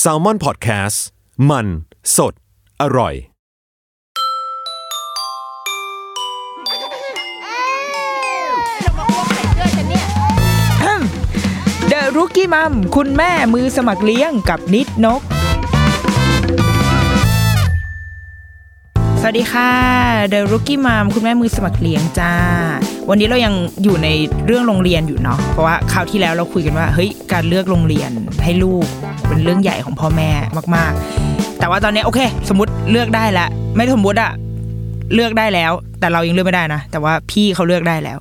แซลมอนพอดแคสต์มันสดอร่อย เดอะรุกี้มัมคุณแม่มือสมัครเลี้ยงกับนิดนก สวัสดีค่ะเดอะรุกี้มัมคุณแม่มือสมัครเลี้ยงจ้า วันนี้เรายังอยู่ในเรื่องโรงเรียนอยู่เนาะเพราะว่าคราวที่แล้วเราคุยกันว่าเฮ้ยการเลือกโรงเรียนให้ลูกเป็นเรื่องใหญ่ของพ่อแม่มากๆ แต่ว่าตอนนี้โอเค สมมติเลือกได้ละไม่สมมติอะเลือกได้แล้ว แต่เรายังเลือกไม่ได้นะแต่ว่าพี่เขาเลือกได้แล้ว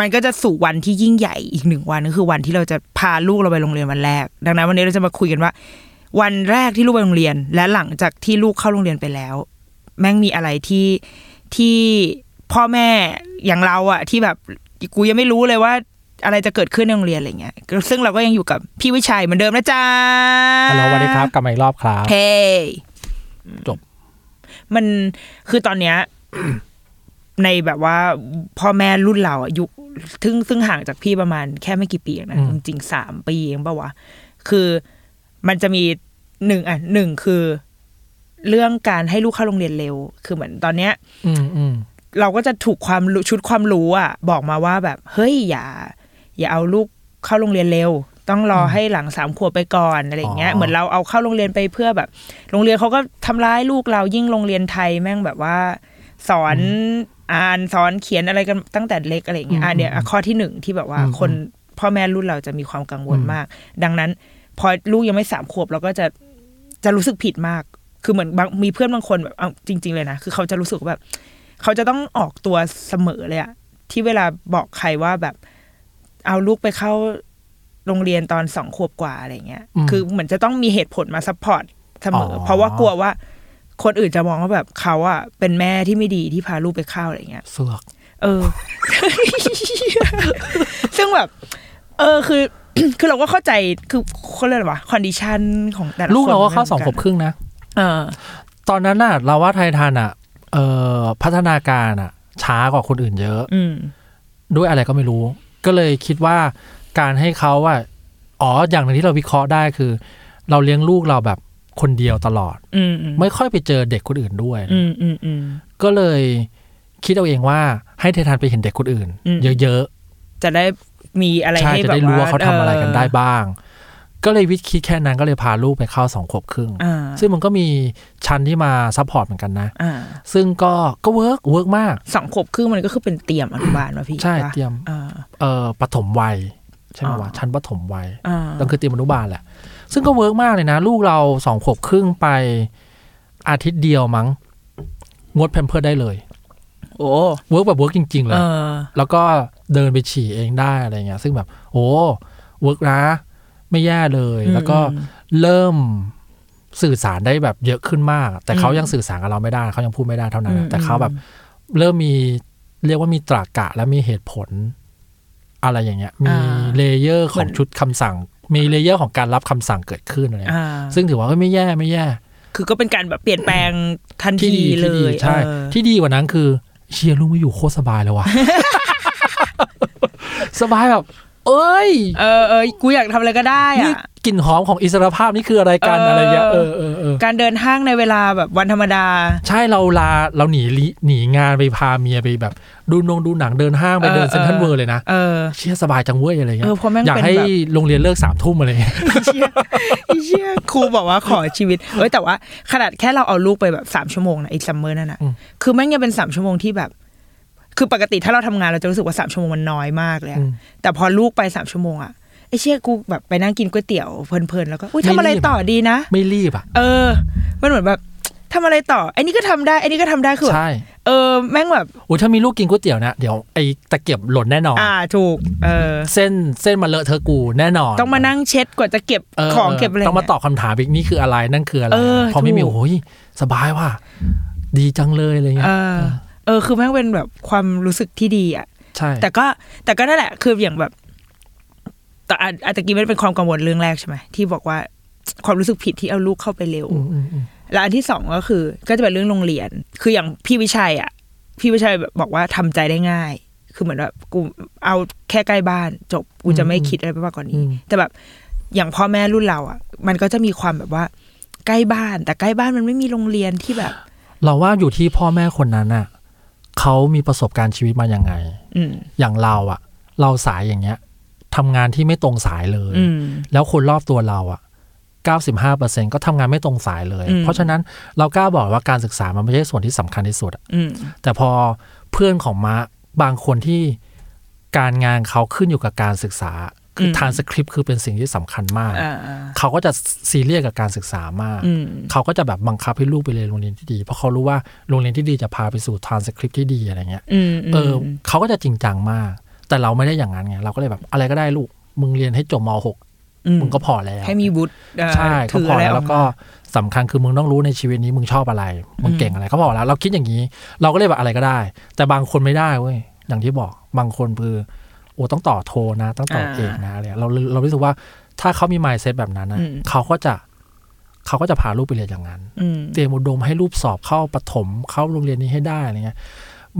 มันก็จะสู่วันที่ยิ่งใหญ่อีกหนึ่งวันก็คือวันที่เราจะพาลูกเราไปโรงเรียนวันแรก ดังนั้นวันนี้เราจะมาคุยกันว่า วันแรกที่ลูกไปโรงเรียน และหลังจากที่ลูกเข้าโรงเรียนไปแล้ว แม่งมีอะไรที่ที่พ่อแม่อย่างเราอะที่แบบกูยังไม่รู้เลยว่า อะไรจะเกิดขึ้นในโรงเรียนอะไรเงี้ยซึ่งเราก็ยังอยู่กับพี่วิชัยเหมือนเดิมนะจ๊ะ ฮัลโหลสวัสดีครับกลับมาอีกรอบครับ เฮ้ จบ มันคือตอนเนี้ย ในแบบว่าพ่อแม่รุ่นเราอะยุคซึ่งซึ่งห่างจากพี่ประมาณแค่ไม่กี่ปีเองนะ อื จ ม ริงๆสามปีเองปะวะคือมันจะมีหนึ่งอ่ะหนึ่งคือ เรื่องการให้ลูกเข้าโรงเรียนเร็ว คือเหมือนตอนเนี้ย อืมอืม เราก็จะถูกความรู้ชุดความรู้อ่ะ บอกมาว่าแบบ เฮ้ยอย่า อย่าเอาลูกเข้าโรงเรียนเร็ว ต้องรอให้หลังสามขวบไปก่อนอะไรอย่างเงี้ยเหมือนเราเอาเข้าโรงเรียนไปเพื่อแบบ โรงเรียนเขาก็ทำร้ายลูกเรายิ่งโรงเรียนไทยแม่งแบบว่า สอนอ่านสอนเขียนอะไรกันตั้งแต่เล็กอะไรอย่างเงี้ยอ่ะเนี่ยอ่ะข้อที่หนึ่งที่แบบว่าคนพ่อแม่รุ่นเราจะมีความกังวลมาก ดังนั้น พอลูกยังไม่สามขวบเราก็จะจะรู้สึกผิดมาก คือเหมือนบางมีเพื่อนบางคนแบบเอาจริง ๆ เลยนะคือเขาจะรู้สึกว่าแบบ เขาจะต้องออกตัวเสมอเลยอะที่เวลาบอกใครว่าแบบ เอาลูกไปเข้าโรงเรียนตอนสองขวบกว่าอะไรเงี้ย คือเหมือนจะต้องมีเหตุผลมาซัพพอร์ตเสมออเพราะว่ากลัวว่า คนอื่นจะมองว่าแบบเขาอะเป็นแม่ที่ไม่ดีที่พาลูกไปเข้าอะไรเงี้ย เสือก เออ ซึ่งแบบ เออคือ คือเราก็เข้าใจคือเขาเรียกอะไรวะคอนดิชันของแต่ละ ลูกเราก็เข้า คน สองขวบครึ่งนะ เออ ตอนนั้นน่ะ เราว่าไททันอ่ะเอ่อพัฒนาการอ่ะ ช้ากว่าคนอื่นเยอะ อืม ด้วยอะไรก็ไม่รู้ ก็เลยคิดว่าการให้เขาอ่ะอ๋ออย่างหนึ่งที่เราวิเคราะห์ได้คือ เราเลี้ยงลูกเราแบบคนเดียวตลอด อืมอืม ไม่ค่อยไปเจอเด็กคนอื่นด้วย อืมอืมอืม ก็เลยคิดเอาเองว่าให้ไททันไปเห็นเด็กคนอื่น อืม เยอะๆ จะได้มีอะไร ใช่ ให้ จะ แบบ ได้รู้ว่าเขาทำอะไรกันได้ เ บ้าง ก็เลยวิคิดแค่นั้นก็เลยพาลูกไปเข้าสองขวบครึ่ง อ่า ซึ่งมันก็มีชั้นที่มาซัพพอร์ตเหมือนกันนะ อ่า ซึ่งก็ก็เวิร์กเวิร์กมาก สองขวบครึ่งมันก็คือเป็นเตรียมอนุบาลวะพี่ ใช่ ปะ เตรียม อ่า เอ่อปฐมวัย ใช่ไหม อ่า วะชั้นปฐมวัย อ่า ต้องคือเตรียมอนุบาลแหละ ซึ่งก็เวิร์กมากเลยนะ ลูกเราสองขวบครึ่งไปอาทิตย์เดียวมั้งงดแพมเพิร์ได้เลย โอ้ เวิร์กแบบเวิร์กจริง ๆ เล เอย อ แล้วก็เดินไปฉี่เองได้อะไรเงี้ย ซึ่งแบบโอ้เวิร์กนะ ไม่แย่เลย อืม แล้วก็เริ่มสื่อสารได้แบบเยอะขึ้นมาก แต่เขา อืม ยังสื่อสารกับเราไม่ได้เขายังพูดไม่ได้เท่านั้น อืม นะแต่เขาแบบ เริ่มมีเรียกว่ามีตรากะและมีเหตุผล อะไรอย่างเงี้ย มี อ่า เลเยอร์ข เหมื อ อง น ชุดคำสั่ง มีเลเยอร์ของการรับคำสั่งเกิดขึ้นอะไรเงี้ย อ่า ซึ่งถือว่าเอ้ยไม่แย่ไม่แย่ คือก็เป็นการแบบเปลี่ยนแปลงทัน ที่ ที ดี เล ที่ดี ย ใช่ เออ ที่ดีกว่านั้นคือ เชียร์ลูกไม่อยู่โคตรสบายเลยว่ะ สบายแบบ เอ้ย เออเออกูอยากทำอะไรก็ได้ นี่ อ่ะ กลิ่นหอมของอิสรภาพนี่คืออะไรกัน เอออ อะไรเงี้ยเออเออเออ การเดินห้างในเวลาแบบวันธรรมดา ใช่เราลาเราหนีลิหนีงานไปพาเมียไปแบบ ดูนงดูหนังเดินห้างไป เออ เดินเซ็นทรัล เออ เวิร์เลยนะ เออ เชียร์สบายจังเว้ยอะไรเงี้ เอย อเพราะแม่ง อยาก เป็น ให้ แบบ โรงเรียนเลิกสามทุ่มอะไรเงี้ย เชี่ยไอ้เชี่ยครูบอกว่าขอชีวิต เอ้ยแต่ว่าขนาดแค่เราเอาลูกไปแบบสามชั่วโมงนะไอ้ซัมเมอร์นั่นน่ะ อืม คือแม่งยังเป็นสามชั่วโมงที่แบบ คือปกติถ้าเราทำงานเราจะรู้สึกว่าสามชั่วโมงมันน้อยมากเลยอะแต่พอลูกไปสามชั่วโมงอะไอ้เชี่ยกูแบบไปนั่งกินก๋วยเตี๋ยวเพลินๆแล้วก็อุ้ยทำอะไรต่อดีนะ ไม่รีบอ่ะ เออ มันเหมือนแบบทำอะไรต่อไอ้นี่ก็ทำได้ไอ้นี่ก็ทำได้คือแบบ ใช่ เออแม่งแบบ โอ้ยถ้ามีลูกกินก๋วยเตี๋ยวนะเดี๋ยวไอ้ตะเกียบหล่นแน่นอน อ่าถูก เออ เส้นเส้นมาเลอะเธอะกูแน่นอน ต้องมานั่งเช็ดกว่าจะเก็บ เ ของเก็บอะไร ต้องมา เนี่ย ตอบคำถามอีกนี่คืออะไรนั่นคืออะไร เออ พอไม่มี ถูก โอ้ยสบายว่ะดีจังเลยอะไรเงี้ เอย อ เออ คือแม่งเป็นแบบความรู้สึกที่ดีอะ ใช่ แต่ก็แต่ก็นั่นแหละคืออย่างแบบแต่อาอาจจะกี้มันเป็นความกังวลเรื่องแรกใช่ไหมที่บอกว่าความรู้สึกผิดที่เอาลูกเข้าไปเร็ว อืมอืมอืม และอันที่สองก็คือ ก็จะเป็นเรื่องโรงเรียน คืออย่างพี่วิชัยอ่ะ พี่วิชัยแบบบอกว่าทำใจได้ง่าย คือเหมือนแบบกูเอาแค่ใกล้บ้านจบกูจะไม่คิดอะไรไปมากกว่านี้ แต่แบบ อย่างพ่อแม่รุ่นเราอ่ะ มันก็จะมีความแบบว่า ใกล้บ้าน แต่ใกล้บ้านมันไม่มีโรงเรียนที่แบบ เราว่าอยู่ที่พ่อแม่คนนั้นน่ะเขามีประสบการณ์ชีวิตมายังไง อืม อย่างเราอะเราสายอย่างเงี้ยทำงานที่ไม่ตรงสายเลย อืม แล้วคนรอบตัวเราอะ95%ก็ทำงานไม่ตรงสายเลย อืม เพราะฉะนั้นเรากล้าบอกว่าการศึกษามันไม่ใช่ส่วนที่สำคัญที่สุดอะ อืม แต่พอเพื่อนของมะบางคนที่การงานเขาขึ้นอยู่กับการศึกษา คืออ ม ทานสคริปต์คือเป็นสิ่งที่สำคัญมาก อ่าอ่า เขาก็จะซีเรียสกับการศึกษามาก อืม เขาก็จะแบบบังคับให้ลูกไปเรียนโรงเรียนที่ดี เพราะเขารู้ว่าโรงเรียนที่ดีจะพาไปสู่ทานสคริปต์ที่ดีอะไรเงี้ย อืมม เออเขาก็จะจริงจังมาก แต่เราไม่ได้อย่างนั้นไง เราก็เลยแบบอะไรก็ได้ลูก มึงเรียนให้จบมม .6 มึงก็พอแล้ว ให้มีวุฒิเอ่อ ใช่ก็ ถือ พอ อะไร แล้อวแล้ อกวก็ มา สำคัญคือมึงต้องรู้ในชีวิตนี้มึงชอบอะไร มึงเก่งอะไรก็พอแล้ว เราคิดอย่างนี้ เราก็เลยแบบอะไรก็ได้ แต่บางคนไม่ได้เว้ย อย่างที่บอก บางคนคือโอ้ต้องต่อโทนะต้องต่อ อ่า เอกนะอะไรเงี้ยเราเรารู้สึกว่าถ้าเขามีมายเซตแบบนั้นนะ อืม เขาก็จะเขาก็จะพาลูกไปเรียนอย่างนั้น อืม เตรียมอุดมให้รูปสอบเข้าประถมเข้าโรงเรียนนี้ให้ได้อะไรเงี้ย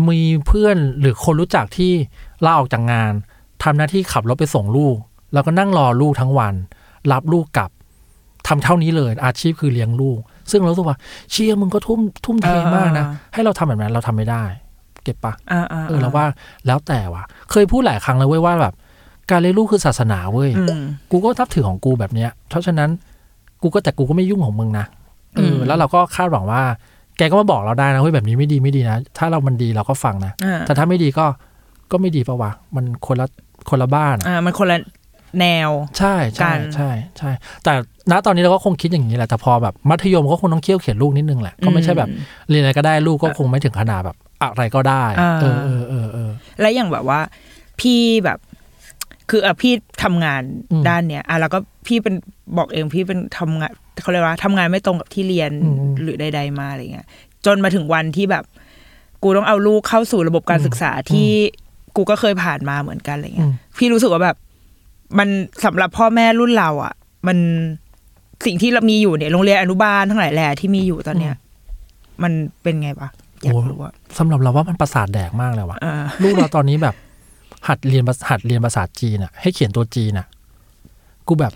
มีเพื่อนหรือคนรู้จักที่ลาออกจากงานทำหน้าที่ขับรถไปส่งลูก แล้วก็นั่งรอลูกทั้งวัน รับลูกกลับทำเท่านี้เลย อาชีพคือเลี้ยงลูก ซึ่งเรารู้สึกว่าเชียร์มึงก็ทุ่มทุ่มเทมากนะ อ่า ให้เราทำแบบนั้นเราทำไม่ได้ เก็บปะ อ่าอ่า เออเราว่าแล้วแต่ว่ะ เคยพูดหลายครั้งแล้วเว้ยว่าแบบ การเลี้ยงลูกคือศาสนาเว้ย อืม กูก็ทับถือของกูแบบเนี้ย เพราะฉะนั้นกูก็แต่กูก็ไม่ยุ่งของมึงนะเออ ม อแล้วเราก็คาดหวังว่า แกก็มาบอกเราได้นะเฮ้ยแบบนี้ไม่ดีไม่ดีนะ ถ้าเรามันดีเราก็ฟังนะ อ่า แต่ถ้าไม่ดีก็ก็ไม่ดีปะวะ มันคนละคนละบ้านอะ อ่ามันคนละแนว ใช่ใช่ กัน ใช่ใช่ แต่ณตอนนี้เราก็คงคิดอย่างนี้แหละ แต่พอแบบมัธยมก็คงต้องเคี่ยวเขียนลูกนิดนึงแหละ ก็ไม่ใช่แบบ อื เรียนอะไรก็ได้ลูกก็คงไม่ถึงขนาดแบบอะไรก็ได้ อ่า เออเออเออเออ และอย่างแบบว่า พี่แบบ คืออ่ะพี่ทำงาน อืม ด้านเนี้ยอ่ะแล้วก็พี่เป็นบอกเองพี่เป็นทำงานเขาเรียกว่าทำงานไม่ตรงกับที่เรียน อืม หรือใด ๆ มาอะไรเงี้ย จนมาถึงวันที่แบบ กูต้องเอาลูกเข้าสู่ระบบการ อืม ศึกษาที่กูก็เคยผ่านมาเหมือนกันอะไรเงี้ย อืม พี่รู้สึกว่าแบบ มันสำหรับพ่อแม่รุ่นเรา อ่ะ มันสิ่งที่เรามีอยู่เนี่ยโรงเรียนอนุบาลทั้งหลายแหล่ที่มีอยู่ตอนเนี้ย มันเป็นไงวะอยากรู้ว่า สำหรับเราว่ามันประสาทแดกมากเลยว่ะ อ่า ลูกเราตอนนี้แบบ หัดเรียนภาษาหัดเรียนภาษาจีนอ่ะ ให้เขียนตัวจีนอ่ะ กูแบบ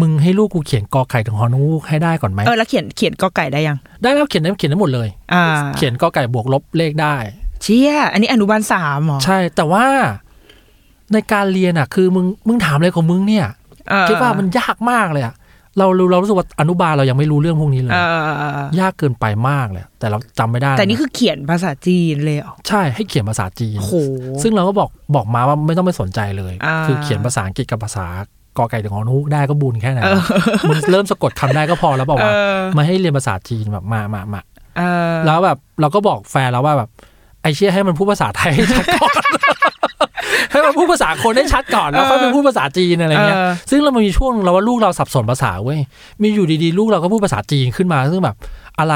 มึงให้ลูกกูเขียนกอไก่ถึงฮอนูกให้ได้ก่อนไหม เออแล้วเขียนเขียนกอไก่ได้ยัง ได้แล้วเขียนได้เขียนได้หมดเลย อ่า เขียนกอไก่บวกลบเลขได้ เชี่ยอันนี้อนุบาลสามเหรอ ใช่แต่ว่าในการเรียนอ่ะ คือมึงมึงถามอะไรของมึงเนี่ย เออ คิดว่ามันยากมากเลยอ่ะเรารู้เรารู้สึกว่าอนุบาลเรายังไม่รู้เรื่องพวกนี้เลย เออเออเออเออย ากเกินไปมากเลยแต่เราจำไม่ได้ แต่นี่คือเขียนภาษาจีนเลยเหรอ ใช่ให้เขียนภาษาจีน โอ้โห ซึ่งเราก็บอกบอกมาว่าไม่ต้องไปสนใจเลย อ่า คือเขียนภาษาอังกฤษกับภาษากอไก่ถึงฮอนูกได้ก็บุญแค่ไหนวะมึงเริ่มสะกดคำได้ก็พอแล้วเปล่า เอ วะ อ มาให้เรียนภาษาจีนแบบมามามา เออ แล้วแบบเราก็บอกแฟนแล้วว่าแบบไอเชี่ยให้มันพูดภาษาไทยให้ชัดก่อน ให้มันพูดภาษาคนได้ชัดก่อนแล้วค่อยไปพูดภาษาจีนอะไรเงี้ย ซึ่งเรามีช่วงเราว่าลูกเราสับสนภาษาเว้ย มีอยู่ดีๆ ลูกเราก็พูดภาษาจีนขึ้นมา ซึ่งแบบอะไร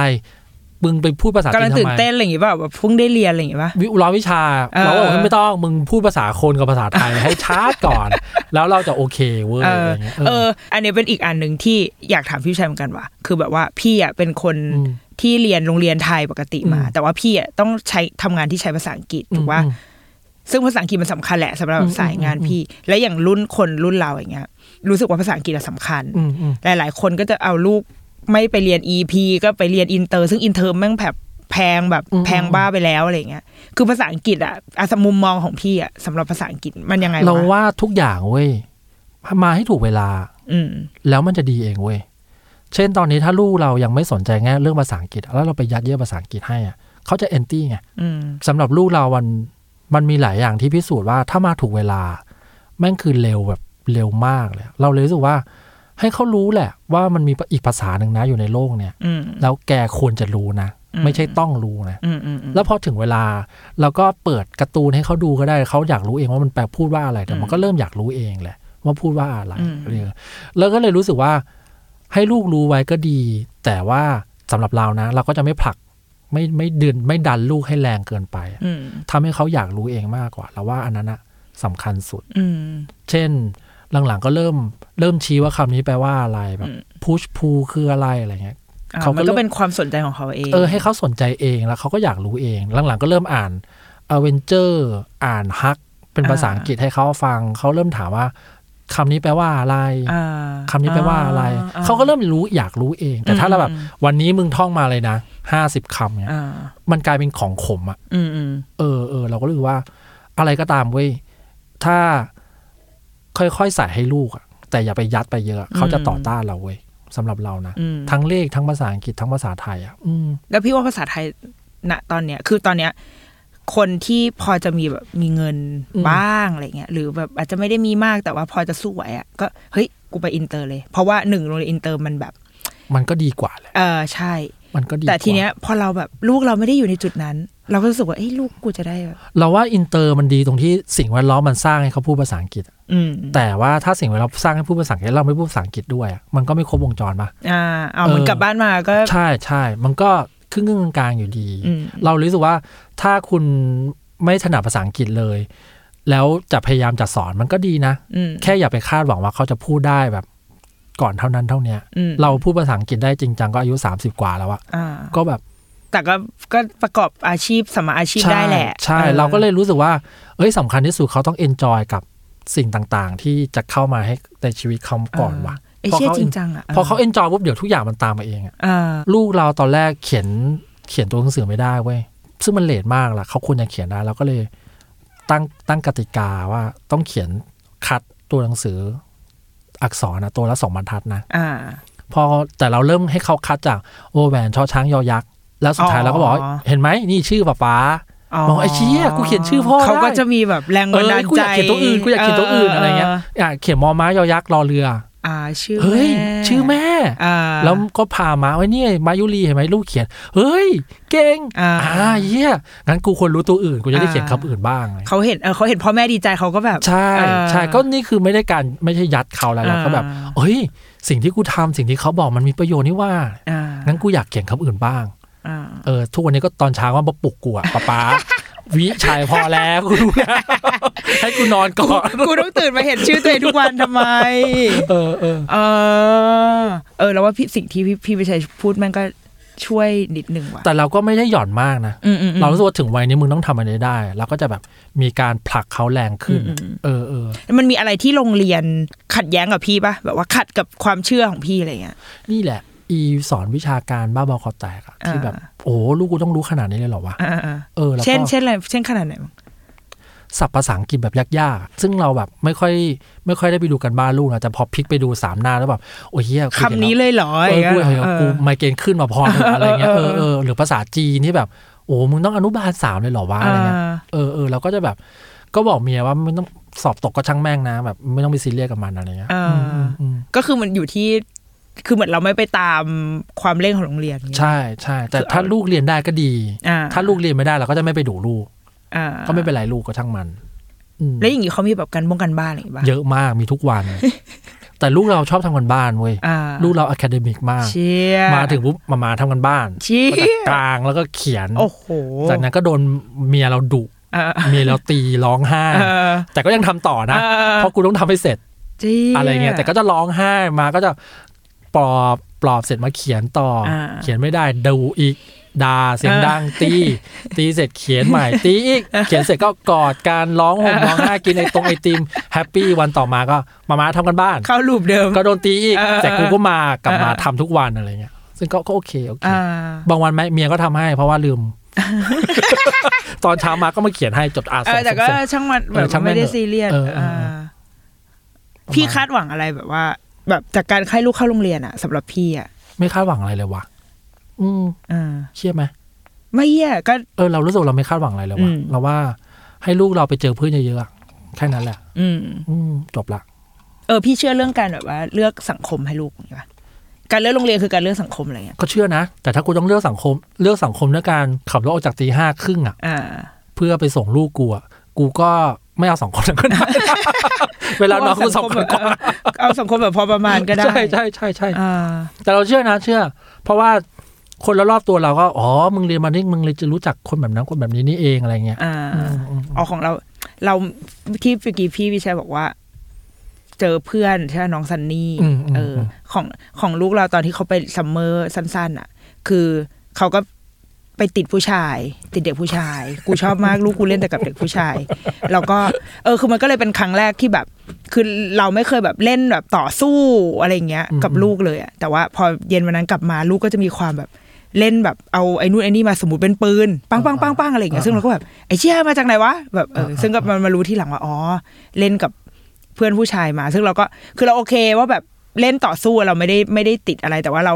มึงไปพูดภาษาจีน กำลัง ทำ ตื่น ไม เต้นอะไรอย่างงี้เปล่าแบบเพิ่งได้เรียนอะไรอย่างงี้ป่ะ วิร้อยวิชา เออ เราก็บอกว่าไม่ต้องมึงพูดภาษาคนกับภาษาไทยให้ชัดก่อน แล้วเราจะโอเคเว้ย เอออะไรเงี้ย เออ อันนี้เป็นอีกอันหนึ่งที่อยากถามพี่ชายเหมือนกันว่ะคือแบบว่าพี่อ่ะเป็นคน ม ที่เรียนโรงเรียนไทยปกติมา อืม แต่ว่าพี่อ่ะต้องใช้ทำงานที่ใช้ภาษาอังกฤษถูกว่า อืม ซึ่งภาษาอังกฤษมันสำคัญแหละสำหรับ อืม สายงาน อืม พี่ และอย่างรุ่นคนรุ่นเราอย่างเงี้ย รู้สึกว่าภาษาอังกฤษอะสำคัญ อืมอืม หลาย ๆ คนก็จะเอาลูกไม่ไปเรียน EP ก็ไปเรียนอินเตอร์ ซึ่งอินเตอร์แม่งแบบแพงแบบแพงบ้าไปแล้วอะไรเงี้ย คือภาษาอังกฤษอะอาสมมุมมองของพี่อะสำหรับภาษาอังกฤษมันยังไงวะ เราว่าทุกอย่างเว้ยมาให้ถูกเวลา อืม แล้วมันจะดีเองเว้ย เช่นตอนนี้ถ้าลูกเรายังไม่สนใจแง่เรื่องภาษาอังกฤษ แล้วเราไปยัดเยียดภาษาอังกฤษให้อะเขาจะ anti ไง อืม สำหรับลูกเรามันมันมีหลายอย่างที่พิสูจน์ว่าถ้ามาถูกเวลา แม่งคือเร็วแบบเร็วมากเลย เราเลยรู้สึกว่า ให้เขารู้แหละ ว่ามันมีอีกภาษาหนึ่งนะอยู่ในโลกเนี่ย อืม แล้วแกควรจะรู้นะ อืม ไม่ใช่ต้องรู้นะ อืมอืมอืม แล้วพอถึงเวลาเราก็เปิดการ์ตูนให้เขาดูก็ได้เขาอยากรู้เองว่ามันแปลพูดว่าอะไรแต่มันก็เริ่มอยากรู้เองแหละ ว่าพูดว่าอะไร อืม เออแล้วก็เลยรู้สึกว่า ให้ลูกรู้ไว้ก็ดี แต่ว่าสำหรับเรานะ เราก็จะไม่ผลักไม่ไม่ดึนไม่ดันลูกให้แรงเกินไป อืม ทำให้เขาอยากรู้เองมากกว่าเราว่าอันนั้นนะสำคัญสุด อืม เช่น หลังๆก็เริ่มเริ่มชี้ว่าคำนี้แปลว่าอะไรแบบ อืม พุชพูคืออะไรอะไรเงี้ย อ่า เขาก็ มันก็เป็นความสนใจของเขาเอง เออให้เขาสนใจเองแล้วเขาก็อยากรู้เอง หลังๆก็เริ่มอ่านอเวนเจอร์อ่านฮัก เป็นภาษาอังกฤษให้เขาฟังเขาเริ่มถามว่า คำนี้แปลว่าอะไร อ่า คำนี้แปลว่าอะไร อ่ เขาก็เริ่มรู้อยากรู้เอง แต่ถ้าเราแบบ อืม วันนี้มึงท่องมาเลยนะห้าสิบคำเนี่ย อ่า มันกลายเป็นของขมอะ อืมอืม เออเออเราก็รู้สึกว่า อะไรก็ตามเว้ยถ้าค่อยๆใส่ให้ลูกอะแต่อย่าไปยัดไปเยอะ เขาจะต่อต้านเราเว้ยสำหรับเรานะ อืม ทั้งเลขทั้งภาษาอังกฤษทั้งภาษาไทยอะอืม แล้วพี่ว่าภาษาไทยณตอนเนี้ย คือตอนเนี้ย คนที่พอจะมีแบบมีเงิน อืม บ้างอะไรเงี้ย หรือแบบอาจจะไม่ได้มีมากแต่ว่าพอจะสู้ไหวอ่ะก็เฮ้ยกูไปอินเตอร์เลย เพราะว่าหนึ่งโรงเรียนอินเตอร์มันแบบ มันก็ดีกว่าแหละ เออใช่ มันก็ดีกว่า แต่ทีเนี้ย พอเราแบบลูกเราไม่ได้อยู่ในจุดนั้น เราก็รู้สึกว่าเอ้ยลูกกูจะได้แบบ เราว่าอินเตอร์มันดีตรงที่สิ่งแวดล้อมมันสร้างให้เขาพูดภาษาอังกฤษ อืม แต่ว่าถ้าสิ่งแวดล้อมสร้างให้พูดภาษาอังกฤษเราไม่พูดภาษาอังกฤษด้วยอะมันก็ไม่ครบวงจรปะ อ่าเอาเหมือน เออ กลับบ้านมาก็ ใช่ใช่มันก็ครึ่งๆกลางๆอยู่ดี อืม เรารู้สึกว่าถ้าคุณไม่ถนัดภาษาอังกฤษเลย แล้วจะพยายามจะสอนมันก็ดีนะ อืม แค่อย่าไปคาดหวังว่าเขาจะพูดได้แบบ ก่อนเท่านั้นเท่าเนี้ย อืม เราพูดภาษาอังกฤษได้จริงจังก็อายุ 30 กว่าแล้วอะ อ่า ก็แบบ แต่ก็ก็ประกอบอาชีพสมมาอาชีพได้แหละ ใช่ ออ เราก็เลยรู้สึกว่า เอ้ยสำคัญที่สุดเขาต้องเอนจอยกับสิ่งต่างๆ ที่จะเข้ามาให้ในชีวิตเขาก่อนว่ะ เอยเชี่ย พอเขา จริงจังอ่ะ พอเขาเอนจอยปุ๊บเดี๋ยวทุกอย่างมันตามมาเองอะ เออ ลูกเราตอนแรกเขียนเขียนตัวหนังสือไม่ได้เว้ยซึ่งมันเลทมากล่ะเขาควรจะเขียนได้เราก็เลยตั้งตั้งกติกาว่าต้องเขียนคัดตัวหนังสืออักษรนะตัวละสองบรรทัดนะ อ่า พอแต่เราเริ่มให้เขาคัดจากโอแหวนชอช้างยอยักษ์แล้วสุดท้ายเราก็บอกว่า อ๋อ เห็นไหมนี่ชื่อป๊าป๊า มองไอ้เชี่ยกูเขียนชื่อพ่อได้ เขาก็จะมีแบบแรง เอ บัน อ ดาล กูอ ใจ ยากเขียนตัวอื่นกูอยากเขียนตัวอื่นอะไรเงี้ยอยากเขียนมอม้ายอยักษ์รอเรือ อ่าชื่อ เฮ้ย แม่ ชื่อแม่ อ่า แล้วก็พามาไว้เนี่ยมายุรีเห็นไหมลูกเขียน เฮ้ย เก่ง อ่า เยี่ยงั้นกูควรรู้ตัวอื่น กูจะได้ อ่า เขียนคำอื่นบ้างอะไร เขาเห็นเออเขาเห็นพ่อแม่ดีใจเขาก็แบบ ใช่ อ่า ใช่ก็นี่คือไม่ได้การไม่ใช่ยัดเขาแล้วเราก็แบบ อ่า เฮ้ย สิ่งที่กูทำสิ่งที่เขาบอกมันมีประโยชน์นี่ว่า อ่า งั้นกูอยากเขียนคำอื่นบ้าง อ่า เออทุกวันนี้ก็ตอนเช้าว่ามาปลุกกูอะป๊าป๊า วิชัยพอแล้วกูรู้แล้ว ให้กูนอนก่อน กูต้องตื่นมาเห็นชื่อตัวเองทุกวันทำไม เออเออ เออ เออ แล้วว่าพี่สิ่งที่พี่พี่วิชัยพูดมันก็ช่วยนิดหนึ่งว่ะ แต่เราก็ไม่ได้หย่อนมากนะ อืมอืมอืม เรารู้สึกว่าถึงวัยนี้มึงต้องทำอะไรได้ แล้วก็จะแบบมีการผลักเขาแรงขึ้น เออเออ มันมีอะไรที่โรงเรียนขัดแย้งกับพี่ปะแบบว่าขัดกับความเชื่อของพี่อะไรเงี้ย นี่แหละ อีสอนวิชาการบ้าบอคอแตกอะ อ่า ที่แบบ โอ้โหลูกกูต้องรู้ขนาดนี้เลยเหรอวะ อ่าอ่า เออแล้ว เช่น ก็ เช่นอะไรเช่นขนาดไหนบ้าง สับภาษาอังกฤษแบบยากๆอะซึ่งเราแบบไม่ค่อยไม่ค่อยได้ไปดูกันบ้านลูกนะแต่พอพลิกไปดูสามหน้าแล้วแบบ โอ้ยเฮียกู คำนี้เลยเหรอ เห็นแล้วเออกูเห็นแล้ว เออ กูไมเกรนขึ้นมาพอเลยอะไรเงี้ย เอ เอ อ อ เออ เออหรือภาษาจีนที่แบบ โอ้มึงต้องอนุบาลสามเลยเหรอวะอะไรเงี้ย อ่า เออเออเราก็จะแบบ ก็บอกเมียว่าไม่ต้องสอบตกก็ช่างแม่งนะแบบ ไม่ต้องไปซีเรียสกับมันอะไรเงี้ย อ่า อืมอืมอืม ก็คือมันอยู่ที่ คือเหมือนเราไม่ไปตามความเร่งของโรงเรียน ใช่ใช่ แต่ถ้าลูกเรียนได้ก็ดี อ่า ถ้าลูกเรียนไม่ได้เราก็จะไม่ไปดุลูก อ่า ก็ไม่เป็นไรลูกก็ช่างมันอืม แล้วอย่างนี้เขามีแบบการบ้องกันบ้านอะไรอย่างงี้ป่ะ เยอะมากมีทุก วัน แต่ลูกเราชอบทำกันบ้านเว้ย อ่า ลูกเราอะคาเดมิกมาก เชีย มาถึงปุ๊บมามาทำกันบ้าน เชีย กลางแล้วก็เขียน โอ้โห จากนั้นก็โดนเมียเราดุ อ่า เมียเราตีร้องไห้ เออ แต่ก็ยังทำต่อนะ เพราะกูต้องทำให้เสร็จ เชี่ย อะไรเงี้ยแต่ก็จะร้องไห้มาก็จะปลอบปลอบเสร็จมาเขียนต่ออา เขียนไม่ได้ดูอีกด่าเสียงดัง ตี ตีเสร็จเขียนใหม่ ตีอีก เขียนเสร็จก็กอดการร้องห่ มร้องไห้กินไอตรงไอติมแฮปปี้วันต่อมาก็มามาทำกัน บ้าน เข้ารูปเดิม ก็โดนตี อีก เออ แต่กูก็มากลับมาทำทุกวันอะไรเงี้ยซึ่งก็ก็โอเคโอเค อ่า บางวันแม่เมียก็ทำให้เพราะว่าลื ม ตอนเช้ามาก็มาเขียนให้จดอา เอ ส อแต่ก็ ง ช่างมัน เออ แบบ ช่างแม่ง ไม่ได้ เถอะ ซีเรียส เออเอออ่ า เออ พี่คาดหวังอะไรแบบว่า แบบจากการให้ลูกเข้าโรงเรียนอะสำหรับพี่อะ ไม่คาดหวังอะไรเลยวะอืม อ่า เครียดไหม ไม่แย่ก็ เออเรารู้สึกเราไม่คาดหวังอะไรเลย อื ว่ะ ม เราว่าให้ลูกเราไปเจอเพื่อนเยอะๆอะแค่นั้นแหละ อืม อืมจบละ เออพี่เชื่อเรื่องการแบบว่าเลือกสังคมให้ลูกใช่ปะการเลือกโรงเรียนคือการเลือกสังคมอะไรเงี้ย ก็เชื่อนะ แต่ถ้ากูต้องเลือกสังคม เลือกสังคมด้วยการขับรถออกจากตีห้าครึ่งอ่ะ อ่า เพื่อไปส่งลูกกูอ่ะกูก็ไม่เอาสองคนนั้นก็ ได้ เวลานอนกูสองคน เอ ก่อน อเอาสังคมแบบพอประมาณก็ได้ ใช่ใช่ใช่ใช่ อ่า แต่เราเชื่อนะ เชื่อ เพราะว่าคนรอบๆตัวเราก็อ๋อมึงเรียนมานี่มึงเลยจะรู้จักคนแบบนั้นคนแบบนี้นี่เองอะไรเงี้ย อ่า อืมอืม เอาของเรา เราที่เมื่อกี้พี่วิชัยบอกว่า เจอเพื่อนใช่ไหมน้องซันนี่ อืมอืม เอออ ของของลูกเราตอนที่เขาไปซัมเมอร์สั้น ๆอ่ะ คือเขาก็ ไปติดผู้ชาย ติดเด็กผู้ชาย กูชอบมากลูกกูเล่นแต่กับเด็กผู้ชายแล้วก็เออคือมันก็เลยเป็นครั้งแรกที่แบบ คือเราไม่เคยแบบเล่นแบบต่อสู้อะไรอย่างเงี้ย กับลูกเลยอะแต่ว่าพอเย็นวันนั้นกลับมาลูกก็จะมีความแบบเล่นแบบเอาไอ้นู่นไอ้นี่มาสมมติเป็นปืนปังปังปังปังอะไรอย่างเงี้ยซึ่งเราก็แบบไอ้เชี่ยมาจากไหนวะแบบเออซึ่งก็มันมารู้ที่หลังว่าอ๋อเล่นกับ เพื่อนผู้ชายมา ซึ่งเราก็คือเราโอเคว่าแบบเล่นต่อสู้เราไม่ได้ไม่ได้ติดอะไร แต่ว่าเรา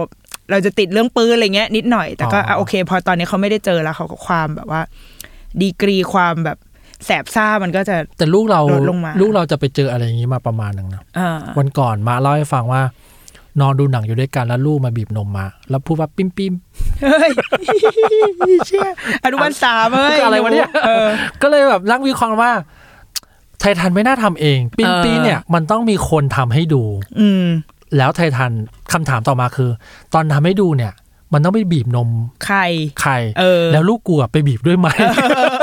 เราจะติดเรื่องปืนอะไรเงี้ยนิดหน่อย แต่อ๋ออ่ก็ะโอเค พอตอนนี้เขาไม่ได้เจอแล้วเขาก็ความแบบว่า ดีกรีความแบบแสบซ่ามันก็จะ แต่ลูกเรา ลดลงมา ลูกเราจะไปเจออะไรอย่างนี้มาประมาณหนึ่งนะ เอ่อ วันก่อนมาเล่าให้ฟังว่านอนดูหนังอยู่ด้วยกันแล้วลูกมาบีบนมมา แล้วพูดว่าปิ้มปิ้ม เฮ้ยเชี่ยอนุบาลสามเอ้ย อะไรวะเนี่ย เออ ก็เลยแบบนั่งวิเคราะห์ว่าไททันไม่น่าทำเอง ปิ้ม เออ ปิ้มเนี่ยมันต้องมีคนทำให้ดู อืม แล้วไททันคำถามต่อมาคือ ตอนทำให้ดูเนี่ย มันต้องไปบีบนม ใคร ใคร เออ แล้วลูกกูอะไปบีบด้วยไหม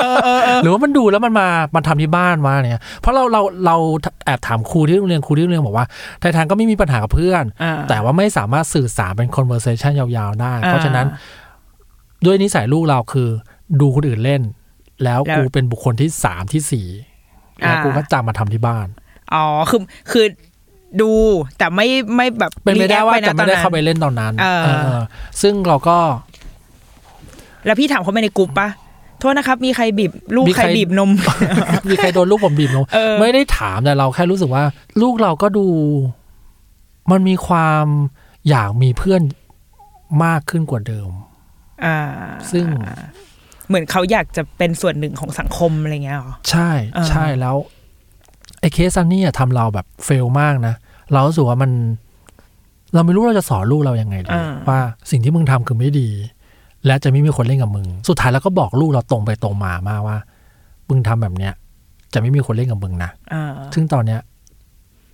หรือว่ามันดูแล้วมันมามันทำที่บ้านมาเนี่ย เพราะเราเราเราแอบถามครูที่โรงเรียนครูที่โรงเรียนบอกว่าไททันก็ไม่มีปัญหากับเพื่อน อ่า แต่ว่าไม่สามารถสื่อสารเป็น conversation ยาวๆ ได้ อ่า เพราะฉะนั้นด้วยนิสัยลูกเราคือ ดูคนอื่นเล่น แล้ว แล้ว กูเป็นบุคคลที่สามที่สี่แล้ว อ่ากู กูก็จำมาทำที่บ้าน อ๋อคือคือดูแต่ไม่ไม่แบบ เป็นไปได้ว่าจะไม่ได้เข้าไป รีแอคนะตอนนั้น เล่นตอนนั้น เออ เออซึ่งเราก็ แล้วพี่ถามเขาไปในกลุ่มปะโทษนะครับ มีใครบีบลูกใครบีบนม มีใครโดนลูกผมบีบนม เออ ไม่ได้ถามแต่เราแค่รู้สึกว่า ลูกเราก็ดู มันมีความอยากมีเพื่อนมากขึ้นกว่าเดิม อ่า ซึ่ง เหมือนเขาอยากจะเป็นส่วนหนึ่งของสังคมอะไรเงี้ยเหรอ ใช่ อ่า ใช่แล้วไอ้เคสอันนี้อะทำเราแบบเฟลมากนะ เรารู้สึกว่ามัน เราไม่รู้เราจะสอนลูกเรายังไงดีว่าสิ่งที่มึงทำคือไม่ดี และจะไม่มีคนเล่นกับมึง สุดท้ายแล้วก็บอกลูกเราตรงไปตรงมามากว่ามึงทำแบบเนี้ย จะไม่มีคนเล่นกับมึงนะ อ่า ซึ่งตอนเนี้ย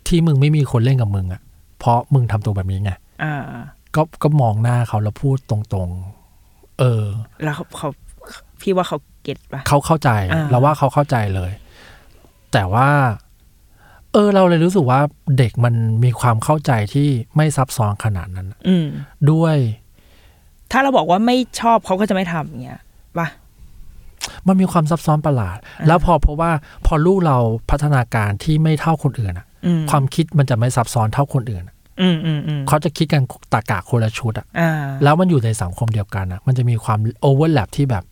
ที่มึงไม่มีคนเล่นกับมึงอะเพราะมึงทำตัวแบบนี้ไง อ่า ก็ก็มองหน้าเขาแล้วพูดตรงๆ เออ แล้วเขาเขาพี่ว่าเขาเก็ตปะ เขาเข้าใจ อ่า เราว่าเขาเข้าใจเลย แต่ว่า เออ เราเลยรู้สึกว่าเด็กมันมีความเข้าใจที่ไม่ซับซ้อนขนาดนั้น อืม ด้วย ถ้าเราบอกว่าไม่ชอบเขาก็จะไม่ทำอย่างเงี้ยปะ มันมีความซับซ้อนประหลาด แล้วพอเพราะว่าพอลูกเราพัฒนาการที่ไม่เท่าคนอื่นอะ อืม ความคิดมันจะไม่ซับซ้อนเท่าคนอื่นอะ อืมอืมอืม เขาจะคิดกันตากาคนละชุดอะ อ่า แล้วมันอยู่ในสังคมเดียวกันอะมันจะมีความโอเวอร์แลปที่แบบ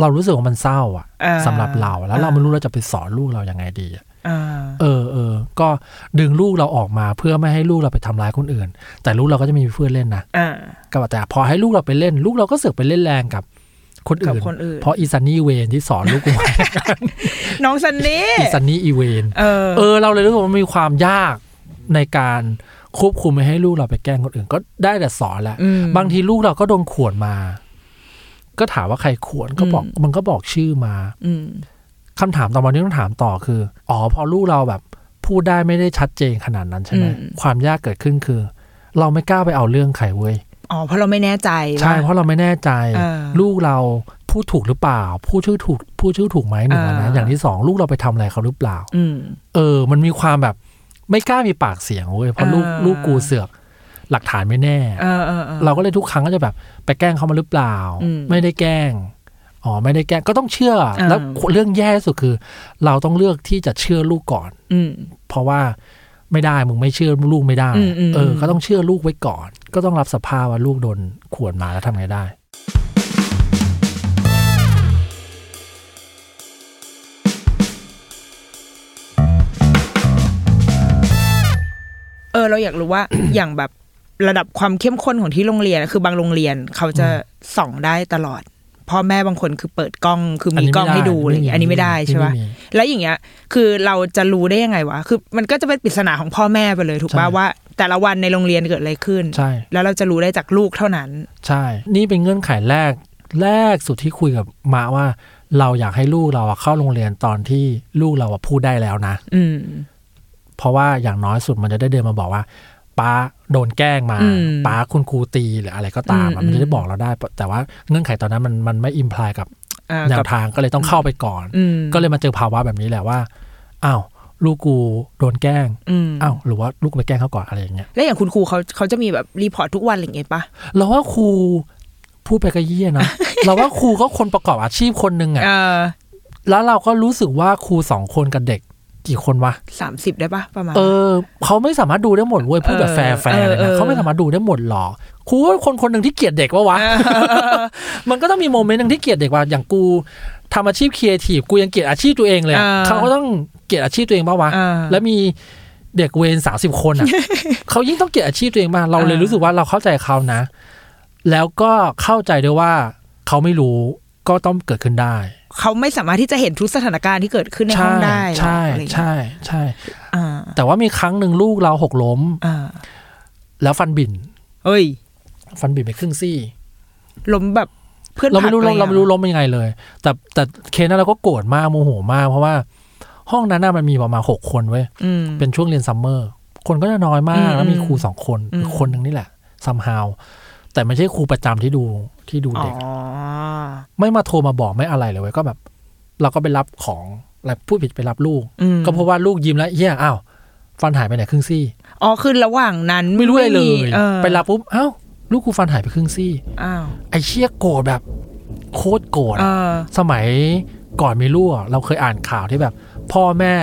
เรารู้สึกว่ามันเศร้าอะ อ่า สำหรับเรา แล้วเราไม่รู้เราจะไปสอนลูกเรายังไงดีอะ อ่า เออเออ ก็ดึงลูกเราออกมาเพื่อไม่ให้ลูกเราไปทำร้ายคนอื่น แต่ลูกเราก็จะมีเพื่อนเล่นนะ อ่า ก็แต่พอให้ลูกเราไปเล่น ลูกเราก็เสือกไปเล่นแรงกับคน กับ อื่น คนอื่น เพราะอีซันนี่เวนที่สอนลูกกู ไว้ น้องซันนี่ อีซันนี่อีเวน เออ เออ เราเลยรู้สึกว่ามันมีความยากในการควบคุมไม่ให้ลูกเราไปแกล้งคนอื่น ก็ได้แต่สอนแหละ ม บางทีลูกเราก็โดนขวนมา ก็ถามว่าใครขวนก็บอก อืม มันก็บอกชื่อมา อืม คำถามต่อมาที่ต้องถามต่อคือ อ๋อ พอลูกเราแบบพูดได้ไม่ได้ชัดเจนขนาดนั้นใช่ไหม อืม ความยากเกิดขึ้นคือ เราไม่กล้าไปเอาเรื่องใครเว้ย อ๋อเพราะเราไม่แน่ใจ ใช่ ปะ เพราะเราไม่แน่ใจ เออ ลูกเราพูดถูกหรือเปล่า พูดชื่อถูกพูดชื่อถูกไหมหนึ่งแล้วนะ เออ อ อ ย่างที่สองลูกเราไปทำอะไรเขาหรือเปล่า อืม เออ มันมีความแบบไม่กล้ามีปากเสียงเว้ยเพราะลูก เออ ลูกกูเสือกหลักฐานไม่แน่ เออเออเออ เราก็เลยทุกครั้งก็จะแบบ ไปแกล้งเขามาหรือเปล่า อืม ไม่ได้แกล้งอ๋อไม่ได้แกล้งก็ต้องเชื่ออ ม แล้วเรื่องแย่ที่สุดคือ เราต้องเลือกที่จะเชื่อลูกก่อน อืม เพราะว่าไม่ได้มึงไม่เชื่อลูกไม่ได้ อืมอืม เออ ก็ต้องเชื่อลูกไว้ก่อน ก็ต้องรับสภาพว่าลูกโดนขวนมาแล้วทำไงได้ เออเราอยากรู้ว่า อย่างแบบระดับความเข้มข้นของที่โรงเรียนอะคือบางโรงเรียนเขาจะส่องได้ตลอดพ่อแม่บางคนคือเปิดกล้องคือมีกล้องให้ดูอะไรอย่างเงี้ยอันนี้ไม่ได้ใช่ปะแล้วอย่างเงี้ย คือเราจะรู้ได้ยังไงวะคือมันก็จะเป็นปริศนาของพ่อแม่ไปเลย ถูกป่ะ ใช่ ว่า แต่ละวันในโรงเรียนเกิดอะไรขึ้น ใช่ แล้วเราจะรู้ได้จากลูกเท่านั้น ใช่ นี่เป็นเงื่อนไขแรกแรกสุดที่คุยกับมาว่า เราอยากให้ลูกเราอะเข้าโรงเรียนตอนที่ลูกเราอะพูดได้แล้วนะ อืม เพราะว่าอย่างน้อยสุดมันจะได้เดินมาบอกว่าป้าโดนแกล้งมา อืม ป้าคุณครูตีหรืออะไรก็ตามอะ อืม มันจะได้บอกเราได้ แต่ว่าเงื่อนไขตอนนั้นมันมันไม่อิมพลายกับ อ่า แน กั ว บ ทางก็เลยต้องเข้าไปก่อน อืม ก็เลยมาเจอภาวะแบบนี้แหละว่าอ้าวลูกกูโดนแกล้ง อืม อ้าวหรือว่าลูกไปแกล้งเขาก่อนอะไรอย่างเงี้ย แล้วอย่างคุณครูเขาเขาจะมีแบบรีพอร์ตทุกวันอะไรอย่างเงี้ยปะ เราว่าครู พูดไปก็เยี่ย นะ เราว่าครูก็คนประกอบอาชีพคนหนึ่งอะ เออ แล้วเราก็รู้สึกว่าครูสองคนกับเด็ก กี่คนวะ สามสิบได้ปะประมาณ เออเขาไม่สามารถดูได้หมดเว้ยพูดแบบ เออ แฟร์แฟร์เลย เออ นะ เออ เขาไม่สามารถดูได้หมดหรอกครูว่าคนคนหนึ่งที่เกลียดเด็กวะวะ มันก็ต้องมีโมเมนต์หนึ่งที่เกลียดเด็กว่าอย่างกูทำอาชีพครีเอทีฟกูยังเกลียดอาชีพตัวเองเลยอะ อ่า เขาก็ต้องเกลียดอาชีพตัวเองบ้างวะ อ่า แล้วมีเด็กเวรสามสิบ คนอ่ะ เขายิ่งต้องเกลียดอาชีพตัวเองมากเราเลย อ่ารู้ รู้สึกว่าเราเข้าใจเขานะ แล้วก็เข้าใจด้วยว่าเขาไม่รู้ก็ต้องเกิดขึ้นได้ เขาไม่สามารถที่จะเห็นทุกสถานการณ์ที่เกิดขึ้นในห้องได้หรอก ใช่ อะไรอย่างเงี้ย ใช่ใช่ อ่า แต่ว่ามีครั้งหนึ่งลูกเราหกล้ม อ่า แล้วฟันบิ่น เอ้ย ฟันบิดไปครึ่งซี่ ล้มแบบเพื่อน เราไม่รู้ ผลัก เรา ลยอะ เราไม่รู้ล้มยังไงเลย แต่แต่เคสนั้นเราก็โกรธมากโมโหมาก เพราะว่าห้องนั้นน่ะมันมีประมาณหกคนเว้ย อืม เป็นช่วงเรียนซัมเมอร์ คนก็จะน้อยมาก อืม แล้วมีครูสองคน อืม อีกคนหนึ่งนี่แหละซัมฮาวแต่ไม่ใช่ครูประจำที่ดูที่ดู อ๋อ เด็ก ไม่มาโทรมาบอกไม่อะไรเลยเว้ยก็แบบ เราก็ไปรับของแล้วผู้ผิดไปรับลูก อืม ก็เพราะว่าลูกยิ้มแล้วเหี้ยอ้าวฟันหายไปไหนครึ่งซี่ อ๋อคือระหว่างนั้น ไม่รู้อะไรเลย ออ ไปรับปุ๊บอ้าวลูกกูฟันหายไปครึ่งซี่ อ้าว ไอ้เชี่ยโกรธแบบโคตรโกรธ เอ อะ อ สมัยก่อนมีลูกอะเราเคยอ่านข่าวที่แบบ พ่อแม่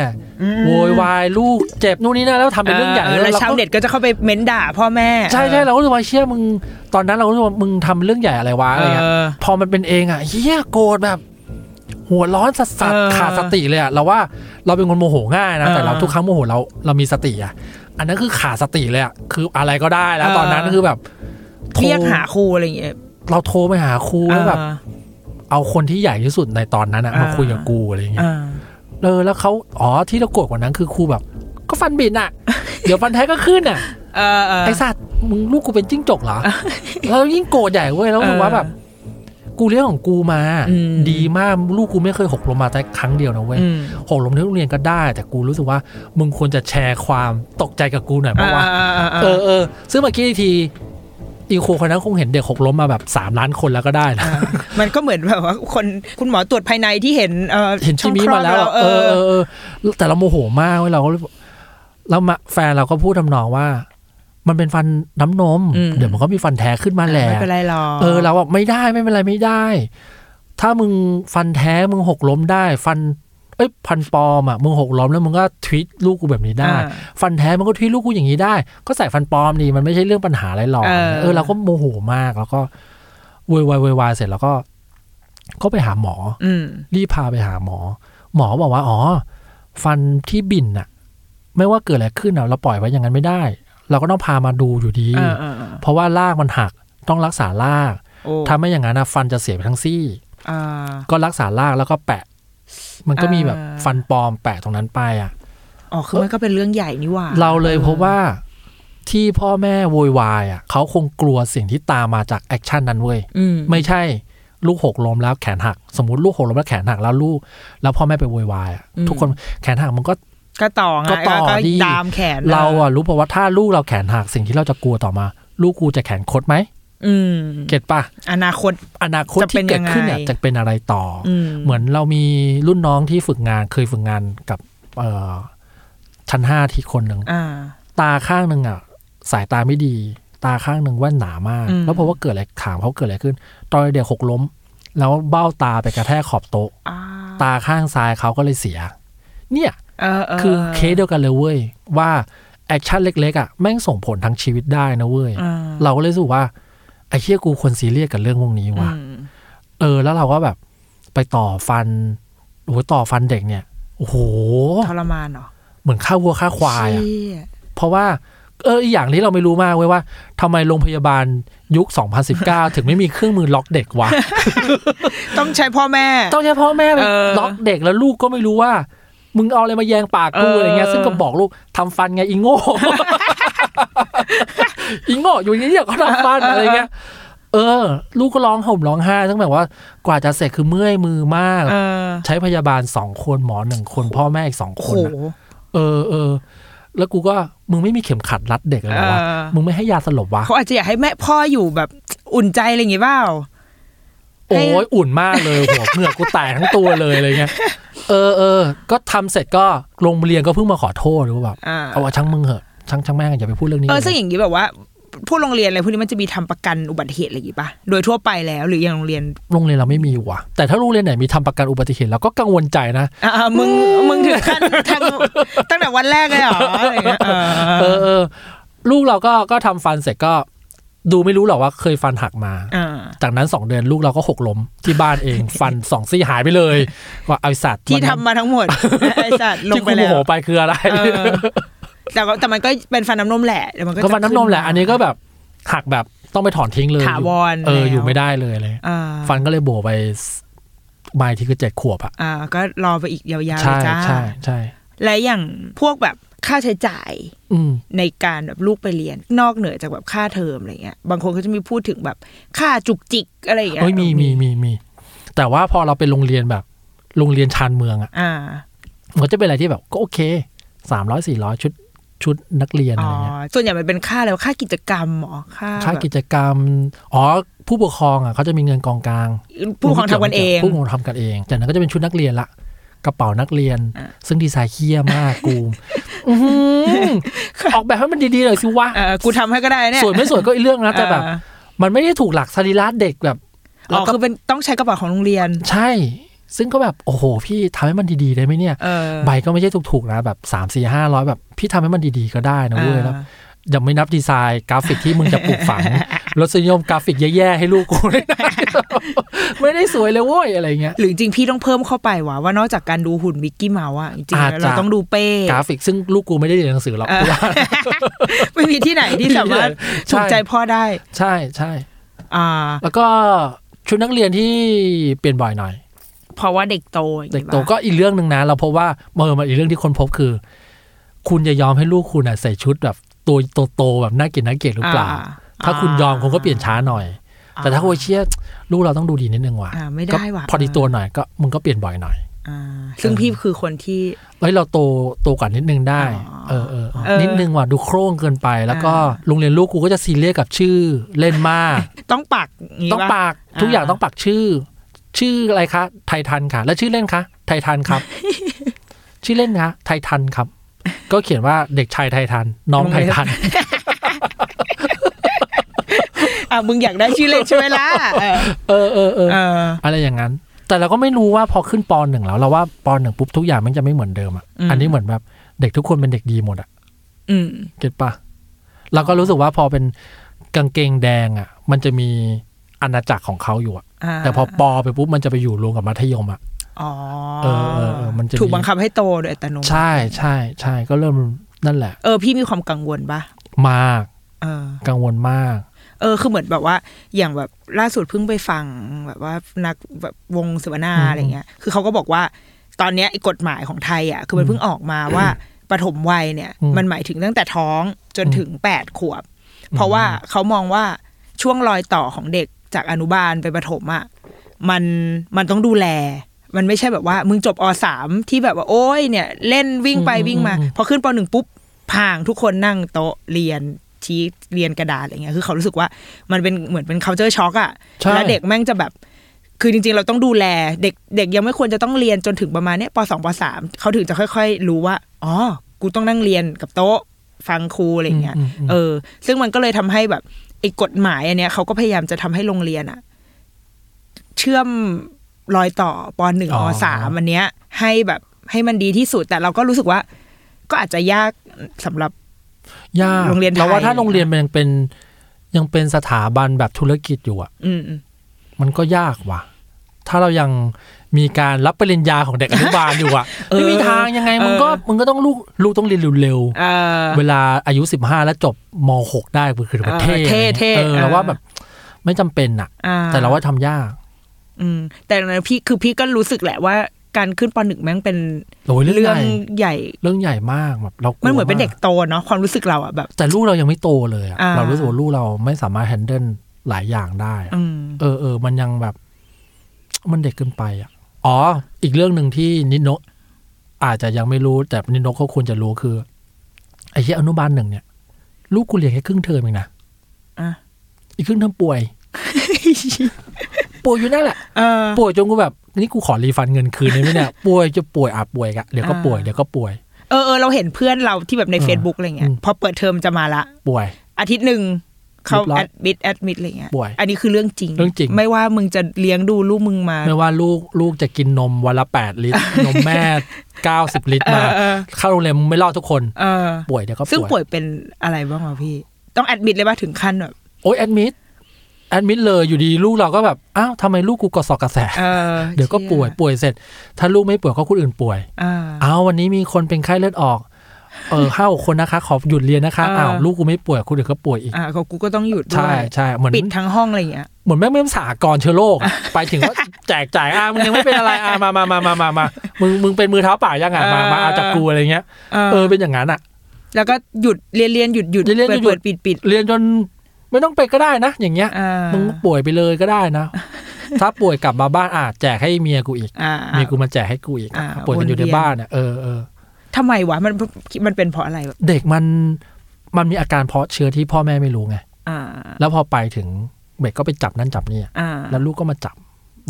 อืม โวยวายลูกเจ็บนู่นนี่นั่นแล้วทำเป็นเรื่องใหญ่ แล้ว เรา ชาวเน็ตก็จะเข้าไปเม้นด่าพ่อแม่ ใช่ใช่ เออ เราก็รู้สึกว่าเชี่ยมึงตอนนั้นเราก็รู้สึกว่ามึงทำเรื่องใหญ่อะไรวะอะไรเงี้ย เออ พอมันเป็นเองอ่ะเฮียโกรธแบบ หัวร้อนสัส เออ ๆขาดสติเลยอ่ะเราว่าเราเป็นคนโมโหง่ายนะ เออ แต่เราทุกครั้งโมโหเราเรามีสติอ่ะ อันนั้นคือขาดสติเลยอ่ะคืออะไรก็ได้แล้ว เออ ตอนนั้นคือแบบโท เรียกหาครูอะไรอย่างเงี้ย เราโทรไปหาครูแล้วแบบ เออ เอาคนที่ใหญ่ที่สุดในตอนนั้นอะมา เออ คุยกับกูอะไรเงี้เอยอ เออแล้วเขาอ๋อที่เราโกรธกว่านั้นคือครูแบบ ก็ฟันบิน อ่ะ เดี๋ยวฟันแท้ก็ขึ้นอ่ะ เออเออ ไอสัตว์มึงลูกกูเป็นจิ้งจกเหรอแล้วยิ่งโกรธใหญ่เว้ยแล้วรู้สึกว่าแบบ กูเลี้ยงของกูมา อืม ดีมากลูกกูไม่เคยหกล้มมาแต่ครั้งเดียวนะเว้ย อืม หกล้มที่โรงเรียนก็ได้ แต่กูรู้สึกว่า มึงควรจะแชร์ความตกใจกับกูหน่อยเพราะว่า เออเออเออเออเออเออซึ่งเมื่อกี้อีกทีอีครูคนนั้นคงเห็นเด็กหกล้มมาแบบสามล้านคนแล้วก็ได้นะ มันก็เหมือนแบบว่าคนคุณหมอตรวจภายในที่เห็นเออ เห็นชิมีมาแล้ว ช่องค เอ ด อ เราเอเออ อเออแต่เราโมโหมากเว้ยเราก็เลยบอกแล้วมาแฟนเราก็พูดทำนองว่า มันเป็นฟันน้ำนม อืม เดี๋ยวมันก็มีฟันแท้ขึ้นมาแหละ ไม่เป็นไรหรอก เออเราบอกไม่ได้ไม่เป็นไรไม่ได้ ถ้ามึงฟันแท้มึงหกล้มได้ ฟัน เอ้ยฟันปลอมอ่ะมึงหกล้มแล้วมึงก็ทวิตลูกกูแบบนี้ได้ อ่า ฟันแท้มันก็ทวิตลูกกูอย่างนี้ได้ ก็ใส่ฟันปลอมดีมันไม่ใช่เรื่องปัญหาอะไรหรอก เออ เออเราก็โมโหมากแล้วก็โวยวายโวยวายเสร็จแล้วก็ ก็ไปหาหมอ อืม รีบพาไปหาหมอ หมอบอกว่า อ๋อ ฟันที่บินน่ะ ไม่ว่าเกิดอะไรขึ้นน่ะเราปล่อยไว้อย่างนั้นไม่ได้ เราก็ต้องพามาดูอยู่ดี เออเออเออ เพราะว่าลากมันหักต้องรักษาลาก โอ้ ถ้าไม่อย่างนั้นนะฟันจะเสียไปทั้งซี่ อ่า ก็รักษาลากแล้วก็แปะ มันก็มีแบบ อ่า ฟันปลอมแปะตรงนั้นไปอ่ะ อ๋อคือมันก็เป็นเรื่องใหญ่นี่หว่า เราเลยพบว่าที่พ่อแม่โวยวายอ่ะเขาคงกลัวสิ่งที่ตามมาจากแอคชั่นนั้นเว้ย อืม ไม่ใช่ลูกหกล้มแล้วแขนหัก สมมติลูกหกล้มแล้วแขนหักแล้วลูก แล้วพ่อแม่ไปโวยวายอะทุกคนแขนหักมันก็ ก็ต่อไง ก็ต่อดิ ตามแขน เราอะรู้ป่าว่าถ้าลูกเราแขนหักสิ่งที่เราจะกลัวต่อมา ลูกกูจะแขนคดไหม อืม เก็ตปะ อนาคต อนาคต จะเป็ ที่ น เกิดขึ้น ยังไง เนี่ยจะเป็นอะไรต่ออ อืม เหมือนเรามีรุ่นน้องที่ฝึกงานเคยฝึกงานกับเอ่อชั้นห้าที่คนหนึ่ง อ่า ตาข้างหนึ่งอ่ะสายตาไม่ดี ตาข้างหนึ่งแว่นหนามาก อืม แล้วเพราะว่าเกิดอะไรถามเขาเกิดอะไรขึ้น ตอนเด็กหกล้ม แล้วเบ้าตาไปกระแทกขอบโต๊ะ อ่า ตาข้างซ้ายเขาก็เลยเสีย เนี่ย เออเออ คือเคสเดียวกันเลยเว้ย ว่าแอคชั่นเล็กๆอ่ะแม่งส่งผลทั้งชีวิตได้นะเว้ย อ่า เราก็เลยรู้สึกว่า ไอ้เชี่ยกูควรซีเรียสกับเรื่องพวกนี้ว่ะ อืม เออ แล้วเราก็แบบ ไปต่อฟันโอ้โหต่อฟันเด็กเนี่ย โอ้โห ทรมานเหรอ เหมือนฆ่าวัวฆ่าควายอ่ะ เชี่ย เพราะว่า เอออีกอย่างที่เราไม่รู้มากเว้ยว่าทำไมโรงพยาบาลยุค 2019 ถึงไม่มีเครื่องมือล็อกเด็กวะ ต้องใช้พ่อแม่ ต้องใช้พ่อแม่ไป เออ ล็อกเด็กแล้วลูกก็ไม่รู้ว่า มึงเอาอะไรมาแยงปากเอกูออ อะไรเงี้ยซึ่งก็บอกลูกทำฟันไงอีโง่ อีโง่อยู่อย่างนี้อยากเขาทำฟันอะไรเงี้ยเออ ลูกก็ร้องห่มร้องไห้ตั้งแบบว่ากว่าจะเสร็จคือเมื่อยมือมาก เออ ใช้พยาบาลสองคนหมอหนึ่งคนพ่อแม่อีกสอง โอ้ ค โห นอะเออเออแล้วกูก็มึงไม่มีเข็มขัดรัดเด็กเลยเหรอวะ เออ มึงไม่ให้ยาสลบวะ เขาอาจจะอยากให้แม่พ่ออยู่แบบอุ่นใจอะไรอย่างงี้เปล่า โอ้ยอุ่นมาก เลยหัวเหงือกกูแตกทั้งตัวเลยอะไรเงี้ยเออเออก็ทำเสร็จก็โรงเรียนก็เพิ่งมาขอโทษหรือว่าแบบ อ่า เอาว่าช่างมึงเหอะช่างช่างแม่งอย่าไปพูดเรื่องนี้ เออ ลย ซึ่งอย่างงี้แบบว่า พวกโรงเรียนอะไรพวกนี้มันจะมีทำประกันอุบัติเหตุอะไรอย่างงี้ปะโดยทั่วไปแล้วหรืออย่างโรงเรียน โรงเรียนเราไม่มีว่ะ แต่ถ้าโรงเรียนไหนมีทำประกันอุบัติเหตุเราก็กังวลใจนะ อ่าๆมึงมึงถึงขั้นทำตั้งแต่วันแรกเลยเหรออะไรอย่างเงี้ยเอ เอ อ อเออลูกเราก็ก็ทำฟันเสร็จก็ ดูไม่รู้หรอกว่าเคยฟันหักมา อ่า จากนั้นสองเดือนลูกเราก็หกล้มที่บ้าน เอง ฟันสองซี่หายไปเลยว่าเอาไอ้สัตว์ ที่ วัน ทำ นั้น มาทั้งหมด ไอ้สัตว์ลง ที่ ไป คุณโม แล้ว โหไปคืออะไร เออแต่ก็แต่มันก็เป็นฟันน้ำนมแหละเดี๋ยวมันก็ ก็ จะ ฟันน้ำนมแหละ อันนี้ก็แบบหักแบบต้องไปถอนทิ้งเลย ถาวร เอออยู่ แล้ว ไม่ได้เลยเลย อ่า ฟันก็เลยโบไปใบที่คือเจ็ดขวบอะ อ่า ก็รอไปอีกยาวๆเล ใช่ ยจ้า ใช่ใช่ และอย่างพวกแบบค่าใช้จ่าย อืม ในการแบบลูกไปเรียนนอกเหนือจากแบบค่าเทอมอะไรเงี้ยบางคนก็จะมีพูดถึงแบบค่าจุกจิกอะไรอย่างเงี้ย เอ้ยมีมีมีมี แต่ว่าพอเราเป็นโรงเรียนแบบ โรงเรียนชานเมืองอะ อ่า มันก็จะเป็นอะไรที่แบบก็โอเคสามร้อยสี่ร้อยชุดชุดนักเรียน อ๋ออะไรเงี้ย ส่วนใหญ่มันเป็นค่าอะไรวะค่ากิจกรรมเหรอค่า ค่า แบบ กิจกรรม อ๋อ ผู้ปกครองอะเขาจะมีเงินกองกลาง ผู้ปกครองทำกันเอง ผู้ปกครองทำกันเองจากนั้นก็จะเป็นชุดนักเรียนละกระเป๋านักเรียน อ่ะ ซึ่งดีไซน์เคี้ยมาก กูมอื้อหือออกแบบให้มันดีๆหน่อยสิวะ เออกูทำให้ก็ได้เนี่ย สวยไม่สวยก็อีกเรื่องนะแต่แบบ เออ มันไม่ได้ถูกหลักสรีระเด็กแบบ อ๋อคือเป็นต้องใช้กระเป๋าของโรงเรียน ใช่ ซึ่งก็แบบ โอ้โห พี่ทำให้มันดี ๆ ได้ไหมเนี่ย เออ ใบก็ไม่ใช่ถูกๆนะ แบบสามสี่ห้าร้อยแบบ พี่ทำให้มันดี ๆ ก็ได้นะเว้ยแล้ว อ่า ยังไม่นับดีไซน์กราฟิกที่มึงจะปลูก ฝัง รสนิยมกราฟิกแย่ ๆ ให้ลูกกูได้นะ ไม่ได้สวยเลยเว้ย อะไรเงี้ย หรือจริงๆพี่ต้องเพิ่มเข้าไปว่าว่านอกจากการดูหุ่นมิกกี้เมาส์อ่ะจริง อาจ ๆ จะ เราต้องดูเป้ กราฟิกซึ่งลูกกูไม่ได้เรียนหนังสือหรอก เออ กูว่า ไม่มีที่ไหนที่สามารถ ใช่ ถูกใจพ่อได้ ใช่ใช่ อ่า แล้วก็ชุดนักเรียนที่เปลี่ยนบ่อยหน่อย เพราะว่าเด็กโตอย่าง เด็ งี้ กโต ปะ ก็อีกเรื่องหนึ่งนะ เราพบว่าเมื่อมันอีกเรื่องที่คนพบคือ คุณจะยอมให้ลูกคุณอ่ะใส่ชุดแบบตัวโตๆแบบน่าเกลียดน่าเกลียดหรือเปล่า อ่า ถ้าคุณยอมคุณก็เปลี่ยนช้าหน่อย อ่า แต่ถ้าโอเชียลูกเราต้องดูดีนิดนึงว่ะ อ่าไม่ได้ ก็ ว่ะ พอดีตัวหน่อยก็มึงก็เปลี่ยนบ่อยหน่อย อ่าซึ่งพี่คือคนที่ เอ้ยเราโตโตกว่านิดนึงได้ อ๋อ เออเออเออ เออ นิดนึงว่ะดูโครงเกินไป แล้วก็ อ่ โรงเรียนลูกกูก็จะซีเรียสกับชื่อเล่นมาก ต้องปักงี้ ต้อง ปะ ปากทุก อ่า อย่างต้องปักชื่อ ชื่ออะไรคะ ไททันค่ะ แล้วชื่อเล่นคะ ไททัน ครับ ชื่อเล่นคะไททันครับ ก็เขียนว่าเด็กชายไททัน น้องไททัน อ่ะมึงอยากได้ชื่อเล่นใช่ไหมล่ะเออ เออเออเออ เออ อะไรอย่างนั้น แต่เราก็ไม่รู้ว่าพอขึ้นปหนึ่งแล้วเราว่าปหนึ่งปุ๊บทุกอย่างมันจะไม่เหมือนเดิมอ่ะ อืม อันนี้เหมือนแบบเด็กทุกคนเป็นเด็กดีหมดอ่ะ อืม เก็ตปะเราก็รู้สึกว่าพอเป็นกางเกงแดงอ่ะ มันจะมีอาณาจักรของเขาอยู่อ่ะ า แต่พอปไปปุ๊บมันจะไปอยู่รวมกับมัธยมอ่ะ อ๋อ เออเออเออมันจะมี ถูกบังคับให้โตโดยอัตโนมัติ ใช่ใช่ใช่ก็เริ่มนั่นแหละ เออพี่มีความกังวลปะ มาก เออ กังวลมาก เออคือเหมือนแบบว่าอย่างแบบล่าสุดเพิ่งไปฟังแบบว่านักแบบวงเสวนา อืม อะไรเงี้ย คือเขาก็บอกว่าตอนเนี้ยไอ้กฎหมายของไทยอ่ะคือมันเพิ่งออกมาว่าปฐมวัยเนี่ย อืม มันหมายถึงตั้งแต่ท้องจน อืม ถึงแปดขวบ เพราะว่าเขามองว่าช่วงรอยต่อของเด็กจากอนุบาลไปปฐมอ่ะมันมันต้องดูแล มันไม่ใช่แบบว่ามึงจบอสามที่แบบว่าโอ้ยเนี่ยเล่นวิ่งไป อืม วิ่งมา อืม พอขึ้นปหนึ่งปุ๊บ พางทุกคนนั่งโต๊ะเรียนชี้เรียนกระดาษอะไรเงี้ยคือเขารู้สึกว่ามันเป็นเหมือนเป็น culture shock อะ ใช่ แล้วเด็กแม่งจะแบบ คือจริง ๆ เราต้องดูแลเด็กเด็กยังไม่ควรจะต้องเรียนจนถึงประมาณเนี้ยปสองปสามเขาถึงจะค่อย ๆ รู้ว่าอ๋อกูต้องนั่งเรียนกับโต๊ะฟังครูอะไรเงี้ย อืมอืม เออ ซึ่งมันก็เลยทำให้แบบไอ้กฎหมายอันเนี้ยเขาก็พยายามจะทำให้โรงเรียนอะเชื่อมรอยต่อปหนึ่ง อ๋ อ อ สามอันเนี้ย ให้แบบให้มันดีที่สุด แต่เราก็รู้สึกว่า ก็อาจจะยากสำหรับ ยาก โรงเรียนไทย เราว่าถ้าโรงเรียนมันยังเป็นยังเป็นสถาบันแบบธุรกิจอยู่อ่ะ อืมอืม มันก็ยากว่ะ ถ้าเรายังมีการรับปริญญาของเด็กอนุบาลอยู่ อ่ะ ไม่มีทางยังไงมึงก็มึงก็ต้องลูกลูกต้องเรียนเร็ว เออ ๆเวลาอายุ 15 แล้วจบม .6 ได้คือแบบเท่ เออเท่เท่ เออเราว่า เออ แบบไม่จำเป็นอ่ะ อ่ แต่เราว่าทำยาก อืม แต่ในพี่คือพี่ก็รู้สึกแหละว่า การขึ้นปหนึ่งแม่งเป็น โอ้ยเรื่อง เรื่ ให อง ญ่ ใหญ่ เรื่องใหญ่มากแบบเรากลัว มันเหมือนเป็น าก เด็กโตเนาะความรู้สึกเราอะแบบ แต่ลูกเรายังไม่โตเลยอะ อ่า เรารู้สึกว่าลูกเราไม่สามารถแฮนเดิลหลายอย่างได้อะ อืม เออเออมันยังแบบ มันเด็กเกินไปอ่ะอ๋อ อีกเรื่องหนึ่งที่นิโนะอาจจะยังไม่รู้แต่นิโนะเขาควรจะรู้คือไอ้ที่อนุบาลหนึ่งเนี่ย ลูกกูเรียนแค่ครึ่งเทอมเองนะ อ่ะ อีกครึ่งเทอมป่วย ป่วยอยู่นั่นแหละ เออ ป่วยจนกูแบบ นี่กูขอรีฟันเงินคืนได้ไหม เนี่ยป่วยจะป่วยอ่ะป่วยกะเดี๋ยวก็ป่วย อ่า เดี๋ยวก็ป่วย เออเออเราเห็นเพื่อนเราที่แบบใน เออ Facebook อะไรเงี้ยพอเปิดเทอมจะมาละ ป่วย อาทิตย์หนึ่ง เขา เรียบร้อย แอดมิดแอดมิดอะไรเงี้ย ป่วย อันนี้คือเรื่องจริง เรื่องจริง ไม่ว่ามึงจะเลี้ยงดูลูกมึงมา ไม่ว่าลูกลูกจะกินนมวันละแปดลิตร นมแม่เก้าสิบลิตรมา เออเออ เข้าโรงเรียนไม่รอดทุกคน เออ ป่วยเดี๋ยวก็ ซึ่ง ป่ ป่ วย วยเป็นอะไรบ้างวะพี่ ต้องแอดมิดเลยว่าถึงขั้นแบบ โอ้ยแอดมิดแอดมิดเลยอยู่ดีลูกเราก็แบบ อ้าวทำไมลูกกูกระสอบกระแส เออ เดี๋ยวก็ ชี่ ป่วยป่วยเสร็จ ถ้าลูกไม่ป่วยก็คนอื่นป่วย เอ่า อ้าววันนี้มีคนเป็นไข้เลือดออก เออ ห้าหกคนนะคะ ขอหยุดเรียนนะคะ เอออ้ อ้าวลูกกูไม่ป่วยคนอื่นก็ป่วยอีก อ่าของกูก็ต้องหยุดด้ ใช่ วย ใช่เหมือน ปิดทั้งห้องอะไรเงี้ย เหมือนแม่งไม่สากรณ์เชื้อโร คอะไปถึงก็ แจกจ่ายอ่ะมึงยังไม่เป็นอะไรอ่ะมามามามามามามึงมึงเป็นมือเท้าเปล่ายังอ่ะมามาเอาจากกูอะไรเงี้ย เออ เออเป็นอย่างนั้นอ่ะ แล้วก็หยุดเรียนเรียนหยุดหยุด เรียนเรียนหยุด เปิดปิดปิด เรียนจนไม่ต้องไปก็ได้นะ อย่างเงี้ย อ่า มึงป่วยไปเลยก็ได้นะ ถ้าป่วยกลับมาบ้านอ่ะแจกให้เมียกูอีก อ่า เมียกูมาแจกให้กูอีกอ่ะ อ่า ป่วยกันอยู่ วนเวี ใน ยน บ้านอ่ะเออเออ ทำไมวะมันมันเป็นเพราะอะไรแบบ เด็กมันมันมีอาการเพราะเชื้อที่พ่อแม่ไม่รู้ไง อ่า แล้วพอไปถึงเด็กก็ไปจับนั่นจับนี่อะ อ่า แล้วลูกก็มาจับ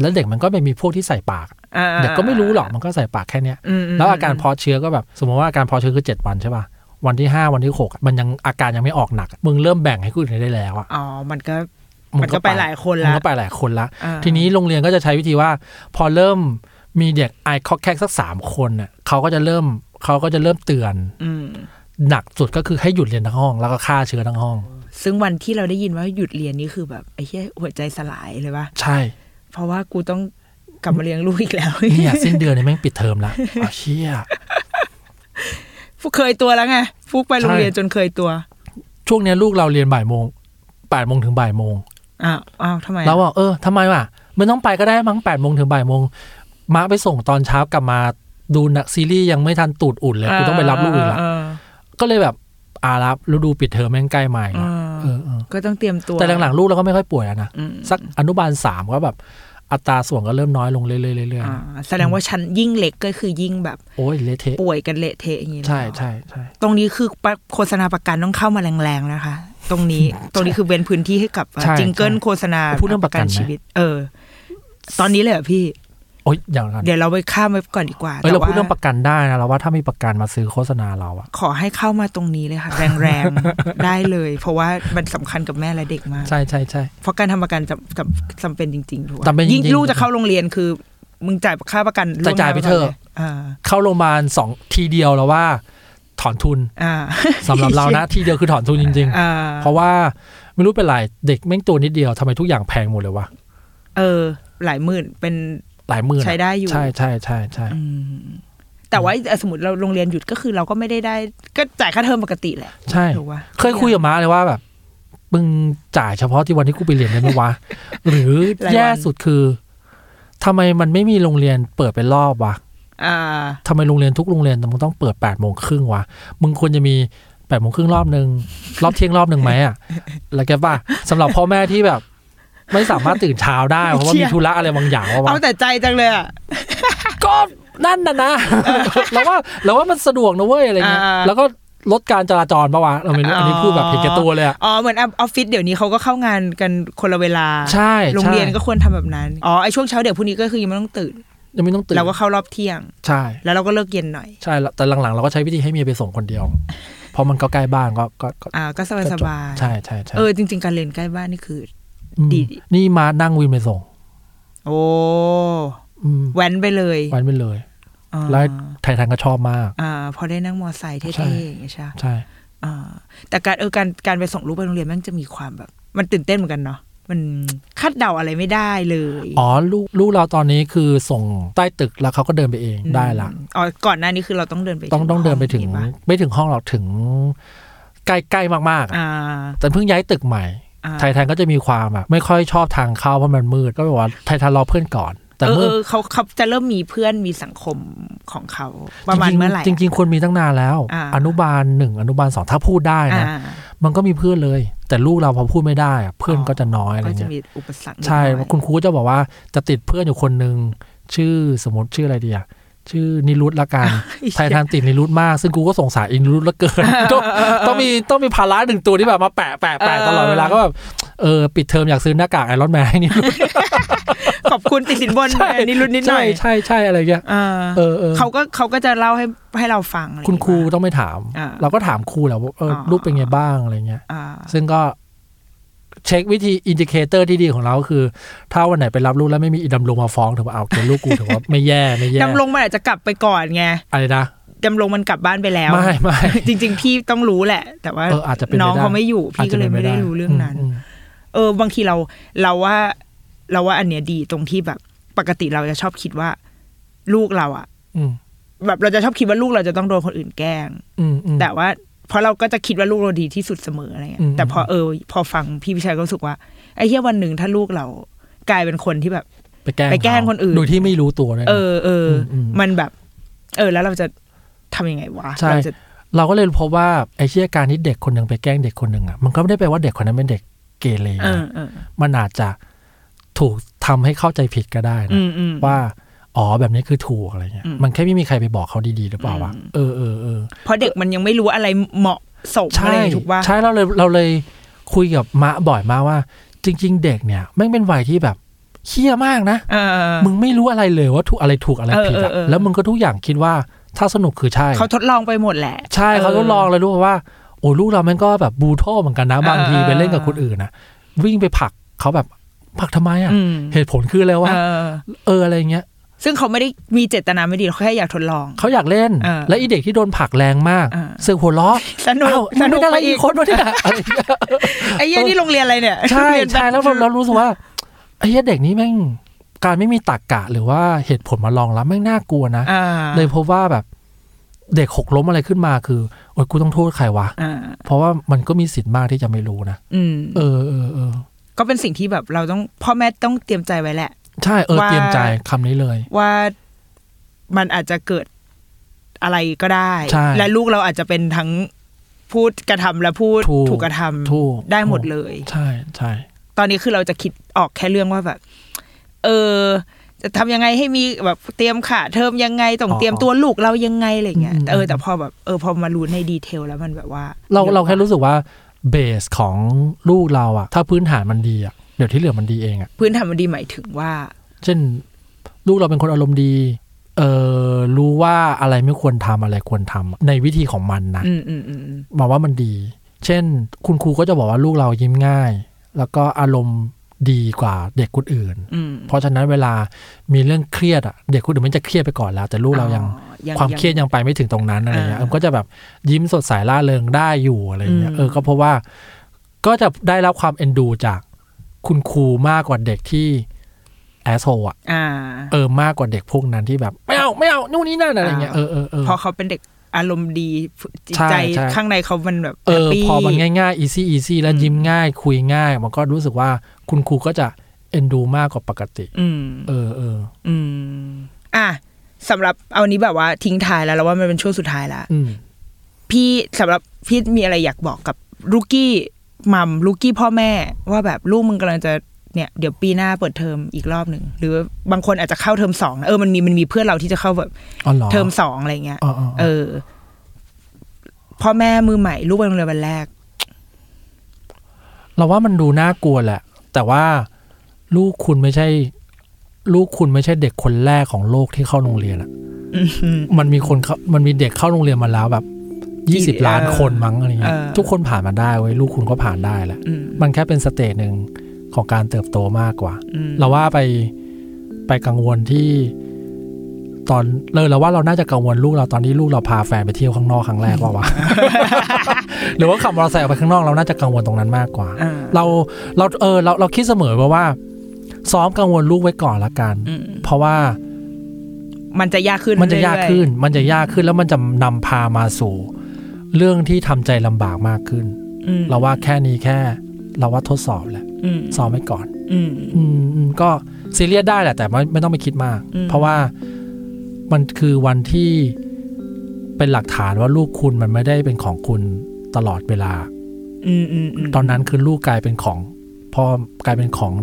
แล้วเด็กมันก็ไปมีพวกที่ใส่ปาก อ่า เด็กก็ไม่รู้หรอกมันก็ใส่ปากแค่เนี้ย อืมม แล้วอาการเพอเชื้อก็แบบ สมมติว่าอาการเพอเชื้อคือ7วันใช่ป่ะวันที่ 5 วันที่ 6 มันยังอาการยังไม่ออกหนัก มึงเริ่มแบ่งให้คนอื่นได้แล้วอ่ะ อ๋อมันก็ ง มันก็ไปหลายคนละ มึงก็ไปหลายคนละ อ่า ทีนี้โรงเรียนก็จะใช้วิธีว่า พอเริ่มมีเด็กไอคอกแคกสักสามคนน่ะเขาก็จะเริ่มเขาก็จะเริ่มเตือน อืม หนักสุดก็คือให้หยุดเรียนทั้งห้อง แล้วก็ฆ่าเชื้อทั้งห้อง ซึ่งวันที่เราได้ยินว่าหยุดเรียนนี่คือแบบไอ้เหี้ยหัวใจสลายเลยปะ ใช่ เพราะว่ากูต้องกลับมาเลี้ยงลูกอีกแล้ว เนี่ย สิ้นเดือนเนี่ยแม่งปิดเทอ มละอ้าวเชี่ย ฟุก เคยตัวแล้วไงฟุกไปโรงเรียน ใช่ จนเคยตัว ช่วงเนี้ยลูกเราเรียนบ่ายโมงแปดโมงถึงบ่ายโมง อ้าวอ้าวทำไมอะ เราบอกเออทำไมวะไม่ต้องไปก็ได้มั้งแปดโมงถึงบ่ายโมงมาไปส่งตอนเช้ากลับมาดูหนักซีรีส์ยังไม่ทันตูดอุ่นเลยกูต้องไปรับลูกอีกละ เอ ก็เลยแบบอารับฤดูปิดเทอมแม่งใกล้มาอีก เอ ละ อ เอ เออ อเออ ก็ต้องเตรียมตัว แต่หลังๆลูกเราก็ไม่ค่อยป่วยแล้วนะ อืม สักอนุบาลสามก็แบบอัตราส่วนก็เริ่มน้อยลงเรื่อยๆเรื่อย อ่าแสดงว่าชั้นยิ่งเล็กก็คือยิ่งแบบ ๆโอ้ยเละเทะ ป่วยกันเละเทะอย่างนี้ ใช่ แล้ว ใช่ใช่ ตรงนี้คือปะโฆษณาประกันต้องเข้ามาแรงๆนะคะ ตรงนี้ตรงนี้คือเว้นพื้นที่ให้กับ ใช่ จิงเกิล ใช่ โฆษณา พูดเรื่องประกันไหม ชีวิต เออ ตอนนี้เลยเหรอพี่ โอ้ยอย่างนั้น เดี๋ยวเราไปข้ามไปก่อนดีกว่า เอ้ย แต่ เราพูด ว่า เรื่องประกันได้นะเราว่าถ้ามีประกันมาซื้อโฆษณาเราอะ ขอให้เข้ามาตรงนี้เลยค่ะ แรงๆ ได้เลย เพราะว่ามันสำคัญกับแม่และเด็กมาก ใช่ใช่ใช่ เพราะการทำประกันจำจำจำเป็นจริงๆถูกปะ จำเป็นจริงๆ ยิ่งลูกจะเข้าโรงเรียนคือ มึงจ่ายค่าประกันล่วงหน้ จ่ายไป ว้ก่น เถอะ ลยอ่า เข้าโรงพยาบาลสองทีเดียวแล้วว่า ถอนทุน อ่า สำหรับเรานะ ทีเดียวคือถอนทุนจริง อ่า ๆ เพราะว่าไม่รู้เป็นไรเด็กแม่งตัวนิดเดียวทำไมทุกอย่างแพงหมดเลยวะ เออ หลายหมื่นเป็น หลายหมื่นอะ ใช้ได้อยู่ ใช่ใช่ใช่ใช่ อืมแต่ว่าสมมติเราโรงเรียนหยุดก็คือเราก็ไม่ได้ได้ ก็จ่ายค่าเทอมปกติแหละ ใช่ ถูกปะ เคยคุยกับม้าเลยว่าแบบมึงจ่ายเฉพาะที่วันที่กูไปเรียนได้ไหม วะ หรือแย่สุดคือทำไมมันไม่มีโรงเรียนเปิดเป็นรอบวะ อ่า ทำไมโรงเรียนทุกโรงเรียนมึงต้องเปิด8ปดโมงครึ่งวะ มึงควรจะมี8ปดโมงครึ่งรอบหนึ่งรอบเที่ยงรอบหนึ่งไหมอ่ะ แล้วแกป่ะสำหรับพ่อแม่ที่แบบ ไม่สามารถตื่นเช้าได้ เพราะว่า เชี่ มี ย ธุระอะไรบางอย่าง เอา วะ แต่ใจจังเลยอ่ะ ก็นั่นน่ะ นะ เราว่าเราว่ามันสะดวกนะเว้ยอะไรเงี้ย อ่า แล้วก็ลดการจราจรปะวะเราไม่รู้ อ๋ออั อันนี้พูดแบบเห็นแก่ตัวเลยอ่ะ อ๋อเหมือนออฟฟิศเดี๋ยวนี้เขาก็เข้างานกันคนละเวลา ใช่ โรงเรียนก็ ใช่ ควรทำแบบนั้น อ๋อ ไอช่วงเช้าเด็กพวกนี้ก็คือยังไม่ต้องตื่น ยังไม่ต้องตื่น เราก็เข้ารอบเที่ยง ใช่ แล้วเราก็เลิกเย็นหน่อย ใช่แล้วแต่หลังๆ เราก็ใช้วิธีให้เมียไปส่งคนเดียว เพราะมันก็ใกล้บ้านก็ก็ก็ อ่า ก็สบายสบาย ใช่ใช่ใช่ เออ จริง ๆ การเรียนใกล้บ้านนี่คือ ม ดี นี่มานั่งวินไปส่ง โอ้ อืม แว้นไปเลย วันไปเลย อ่า แล้วไทยทันก็ชอบมาก อ่า พอได้นั่งมอไซค์ ใช่ เท่ๆอย่างเงี้ยใช่ปะ ใช่ อ่า แต่การเออการการไปส่งลูกไปโรงเรียนมันจะมีความแบบ มันตื่นเต้นเหมือนกันเนาะ มันคาดเดาอะไรไม่ได้เลย อ๋อลูกลูกเราตอนนี้คือส่งใต้ตึกแล้วเขาก็เดินไปเอง ม ได้ละ อ๋อ ก่อนหน้านี้คือเราต้องเดินไป ต้องต้องเดินไปถึง ห้ออย่างงี้ปะ ไม่ถึงห้องหรอกถึงใกล้ใกล้มากๆอะ อ่า แต่เพิ่งย้ายตึกใหม่ อ่า ไทยทันก็จะมีความแบบไม่ค่อยชอบทางเข้าเพราะมันมืดก็แบบว่าไทยทันรอเพื่อนก่อน แต่ เออ เมื่อ เออเขาเขาจะเริ่มมีเพื่อนมีสังคมของเขาประมาณ จงๆ เมื่อไหร่ จริง ๆ ควรมีตั้งนานแล้ว อ่า อนุบาลหนึ่งอนุบาลสองถ้าพูดได้ อ่า นะมันก็มีเพื่อนเลย แต่ลูกเราพอพูดไม่ได้อะเพื่อนก็จะน้อยอะไร ก็จะ เงี้ย มีอุปสรรค ใช่ นิดหน่อย คุณครูก็จะบอกว่าจะติดเพื่อนอยู่คนหนึ่งชื่อสมมติชื่ออะไรดีอะชื่อนิรุตละกันไทยทานติดนิรุตมาก ซึ่งกูก็สงสารอินิรุตละเกิน ต้องต้องมีต้องมีภาระหนึ่งตัวที่แบบมาแปะแปะแปะตลอดเวลาก็แบบเออปิดเทอมอยากซื้อหน้ากากไอรอนแมนให้นิรุต ขอบคุณติดสินบน ใช่ นิดรุ่นนิดหน่ ใช่ อย ใช่ใช่อะไรเงี้ย เออ เออเออ เขาก็เขาก็จะเล่าให้ให้เราฟังอะไ คุณครู อย่างเงี้ย ต้องไม่ถาม อ่า เราก็ถามครูแหละว่าเอออา ลูกเป็นไงบ้างอะไรเงี้ย อ่า ซึ่งก็ เช็ควิธีอินดิเคเตอร์ที่ดีของเราก็คือ ถ้าวันไหนไปรับลูกแล้วไม่มีอีดำรงมาฟ้องถือว่าเอาเกลูกกูถือว่าไม่แย่ไม่แย่ ดำรงมันอาจจะกลับไปก่อนไง อะไรนะ ดำรงมันกลับบ้านไปแล้ว ไม่ไม่ จริง ๆ พี่ต้องรู้แหละ แต่ว่า เอออาจจะเป็นไปได้ น้องเขาไม่อยู่ พี่ก็เลยไม่ได้รู้เรื่องนั้น มม เออบางทีเราเราว่าเราว่าอันเนี้ยดีตรงที่แบบปกติเราจะชอบคิดว่า ลูกเราอะ อืม แบบเราจะชอบคิดว่าลูกเราจะต้องโดนคนอื่นแกล้ง อืมอืม แต่ว่าเพราะเราก็จะคิดว่าลูกเราดีที่สุดเสมออะไรเงี้ อื ย ม แต่พอเออ พอฟังพี่วิชัยก็รู้สึกว่าไอ้เหี้ยวันหนึ่งถ้าลูกเรากลายเป็นคนที่แบบ ไปแกล้ง ไปแกล้ง เขา คนอื่น โดยที่ไม่รู้ตัวเลยนะ เออเอออ มอืม มันแบบ เออ แล้วเราจะทำยังไงวะ ใช่ เราจะ เราก็เลยพบว่าไอ้เชี่ยการที่เด็กคนหนึ่งไปแกล้งเด็กคนหนึ่งอ่ะมันก็ไม่ได้แปลว่าเด็กคนนั้นเป็นเด็กเกเรนะ เออเออ มันอาจจะถูกทำให้เข้าใจผิดก็ได้ อื นะ มอืม ว่าอ๋อแบบนี้คือถูกอะไรเงี้ย อืม มันแค่ไม่มีใครไปบอกเขาดีๆหรือเปล่าวะเออเออเออ เพราะเด็กมันยังไม่รู้อะไรเหมาะสมอะ ใช่ ไรถูกป่ะ ใช่เราเลยเราเลยคุยกับมะบ่อยมากว่า จริง ๆ เด็กเนี่ยแม่งเป็นวัยที่แบบเฮี้ยมากนะ เออเออ มึงไม่รู้อะไรเลยว่าถูกอะไรถูกอะไรผิดอะ เออเออเออ แล้วมึงก็ทุกอย่างคิดว่าถ้าสนุกคือใช่ เขาทดลองไปหมดแหละ ใช่เขาทดลองเลยรู้ว่า โอ้ลูกเรามันก็แบบบูโทเหมือนกันนะ บางที เออ ไปเล่นกับคนอื่นนะวิ่งไปผลักเขาแบบผลักทำไมอ่ะ อืม เหตุผลคืออะไรวะ เออ เอออะไรเงี้ย ซึ่งเขาไม่ได้มีเจตนาไม่ดีเขาแค่อยากทดลอง เขาอยากเล่น เออ และอีเด็กที่โดนผลักแรงมาก เออ เสือกหัวล้อ สนุก อ้าว สนุ ไม่ ก ได้อะไร ไป อี อี ก ก คนวะเนี่ยอะไรเงี้ย ไอ้เหี้ยนี่โรงเรียนอะไรเนี่ย ใช่ เรียนบบ ใช่แล้วเราเรารู้สึกว่าไอ้เหี้ยเด็กนี้แม่งการไม่มีตรรกกะหรือว่าเหตุผลมารองรับแม่งน่ากลัวนะ อ่า เลยพบว่าแบบเด็กหกล้มอะไรขึ้นมาคือโอ้ยกูต้องโทษใครวะ อ่า เพราะว่ามันก็มีสิทธิ์มากที่จะไม่รู้นะ อืม เออเออเออ ก็เป็นสิ่งที่แบบเราต้องพ่อแม่ต้องเตรียมใจไว้แหละ ใช่ เออ ว่า เตรียมใจคำนี้เลย ว่ามันอาจจะเกิดอะไรก็ได้ ใช่ และลูกเราอาจจะเป็นทั้งพูดกระทำและพูด ถูก ถูกกระทำ ถูก ได้หมดเลย ใช่ใช่ ตอนนี้คือเราจะคิดออกแค่เรื่องว่าแบบ เออ จะทำยังไงให้มีแบบเตรียมขาเทอมยังไงต้องเตรียมตัวลูกเรายังไงอะไรอย่างเงี้ยแต่เออแต่พอแบบเออพอมารู้ในดีเทลแล้วมันแบบว่า เรา ยอะ เราแค่ ว่ รู้สึกว่าเบสของลูกเราอะถ้าพื้นฐานมันดีอะเดี๋ยวที่เหลือมันดีเองอะ พื้นฐานมันดีหมายถึงว่า เช่น ลูกเราเป็นคนอารมณ์ดี เออรู้ว่าอะไรไม่ควรทำอะไรควรทำในวิธีของมันนะ อืมอืมอืมอืม บอกว่ามันดี เช่น คุณครูก็จะบอกว่าลูกเรายิ้มง่าย แล้วก็อารมณ์ดีกว่าเด็กคนอื่น อืม เพราะฉะนั้นเวลามีเรื่องเครียดอะเด็กคนอื่นมันจะเครียดไปก่อนแล้ว แต่ลูกเรายัง อ๋อ ความเครียดยังไปไม่ถึงตรงนั้นอะไรเงี้ย อ่า มันก็จะแบบยิ้มสดใสล่าเริงได้อยู่อะไรเงี้ย อืม เออก็เพราะว่าก็จะได้รับความเอ็นดูจากคุณครูมากกว่าเด็กที่แอสโซอ่ะ อ่า เออมากกว่าเด็กพวกนั้นที่แบบ ไม่เอาไม่เอานู่นนี่นั่นอะไรเงี้ยเอ อ่า อเออเออ เพราะเขาเป็นเด็กอารมณ์ดีจิต ใช่ ใจ ใช่ ข้างในเขามันแบบ เออ แฮปปี้ พอมันง่ายๆ easy easy แล้ว อืม ยิ้มง่ายคุยง่าย มันก็รู้สึกว่าคุณครูก็จะเอ็นดูมากกว่าปกติ อืม เออเออ อืม อ่ะสำหรับเอานี้แบบว่าทิ้งท้ายแล้วแล้วว่ามันเป็นช่วงสุดท้ายละ อืม พี่สำหรับพี่มีอะไรอยากบอกกับลูกี้มัมลูกี้พ่อแม่ ว่าแบบลูกมึงกำลังจะเนี่ยเดี๋ยวปีหน้าเปิดเทอมอีกรอบหนึ่งหรือบางคนอาจจะเข้าเทอมสองนะเออมันมีมันมีเพื่อนเราที่จะเข้าแบบ อ๋อเหรอ เทอมสองอะไรเงี้ย อ๋ออ๋อ เอ อ๋อ อ พ่อแม่มือใหม่ลูกไปโรงเรียนวันแรก เราว่ามันดูน่ากลัวแหละ แต่ว่าลูกคุณไม่ใช่ ลูกคุณไม่ใช่เด็กคนแรกของโลกที่เข้าโรงเรียนอะ อืม มันมีคนเข้ามันมีเด็กเข้าโรงเรียนมาแล้วแบบยี่สิบ เออ ล้านคนมั้งอะไรเงี้ย เออ ทุกคนผ่านมาได้เว้ยลูกคุณก็ผ่านได้แหละ อืม มันแค่เป็นสเตจหนึ่งของการเติบโตมากกว่า อืม เราว่าไปไปกังวลที่ ตอนเลยเราว่าเราน่าจะกังวลลูกเราตอนที่ลูกเราพาแฟนไปเที่ยวข้างนอกครั้งแรกว่ าวะ หรือว่าขับมอเตอร์ไซค์ออกไปข้างนอกเราน่าจะกังวลตรงนั้นมากกว่า อ่า เราเราเออเราเราคิดเสมอว่าว่า ซ้อมกังวลลูกไว้ก่อนละกัน อืม เพราะว่า มันจะยากขึ้น มันจะยากขึ้น เรื่อ มันจะยากขึ้นแล้วมันจะนำพามาสู่ เรื่องที่ทำใจลำบากมากขึ้น ๆอืม เราว่าแค่นี้แค่ เราว่าทดสอบแหละ อืม ซ้อมไว้ก่อน อืม อืมอืมก็ซีเรียสได้แหละ แต่ไม่ไม่ต้องไปคิดมาก อืม เพราะว่ามันคือวันที่เป็นหลักฐานว่าลูกคุณมันไม่ได้เป็นของคุณตลอดเวลา อืมอืมม ตอนนั้นคือลูกกลายเป็นของพ่อกลายเป็นของ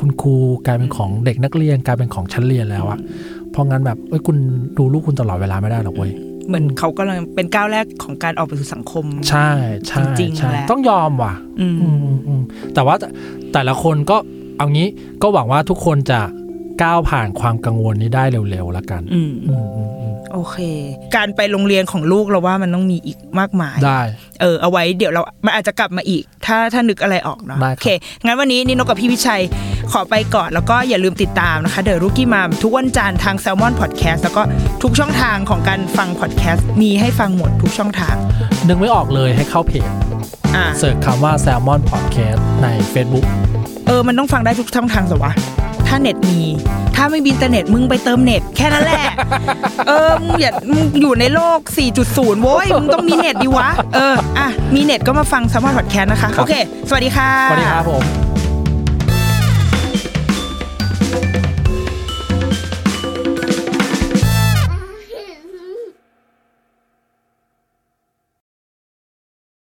คุณครูกลายเป็นของเด็กนักเรียน กลายเป็นของชั้นเรียนแล้วอะเพราะงั้นแบบเอ้ยคุณดูลูกคุณตลอดเวลาไม่ได้หรอกเว้ย เหมือนเขากำลังเป็นก้าวแรกของการออกไปสู่สังคม ใช่ใช่ จริงๆ ใช่ แหละ ต้องยอมว่ะ อืม อืมอืมแต่ว่าแต่แต่ละคนก็เอางี้ก็หวังว่าทุกคนจะก้าวผ่านความกังวลนี้ได้เร็วๆละกัน อืม อืมอืมอืม โอเค การไปโรงเรียนของลูกเราว่ามันต้องมีอีกมากมาย ได้ เออเอาไว้เดี๋ยวเรามันอาจจะกลับมาอีก ถ้าถ้านึกอะไรออกเนาะ ได้ครับ โอเค งั้นวันนี้นิโนกับพี่วิชัยขอไปก่อนแล้วก็อย่าลืมติดตามนะคะเดอะรุกี้มามทุกวันจันทร์ทาง s ซ l m o n Podcast แล้วก็ทุกช่องทางของการฟัง podcast มีให้ฟังหมดทุกช่องทาง นึกไม่ออกเลยให้เข้าเพจ อ่า เสิร์ชคำว่า Salmon Podcast ใน Facebook เออมันต้องฟังได้ทุกช่องทางสิวะถ้าเน็ตมี ถ้าไม่มีอินเทอร์เน็ตมึงไปเติมเน็ตแค่นั้นแหละ เออมึงอย่ามึงอยู่ในโลก 4.0 โว้ยมึงต้องมีเน็ตดิวะ เอออ่ะมีเน็ตก็มาฟัง s ซ l m o n Podcast นะคะโอเค สวัสดีค่ะ สวัสดีครับผม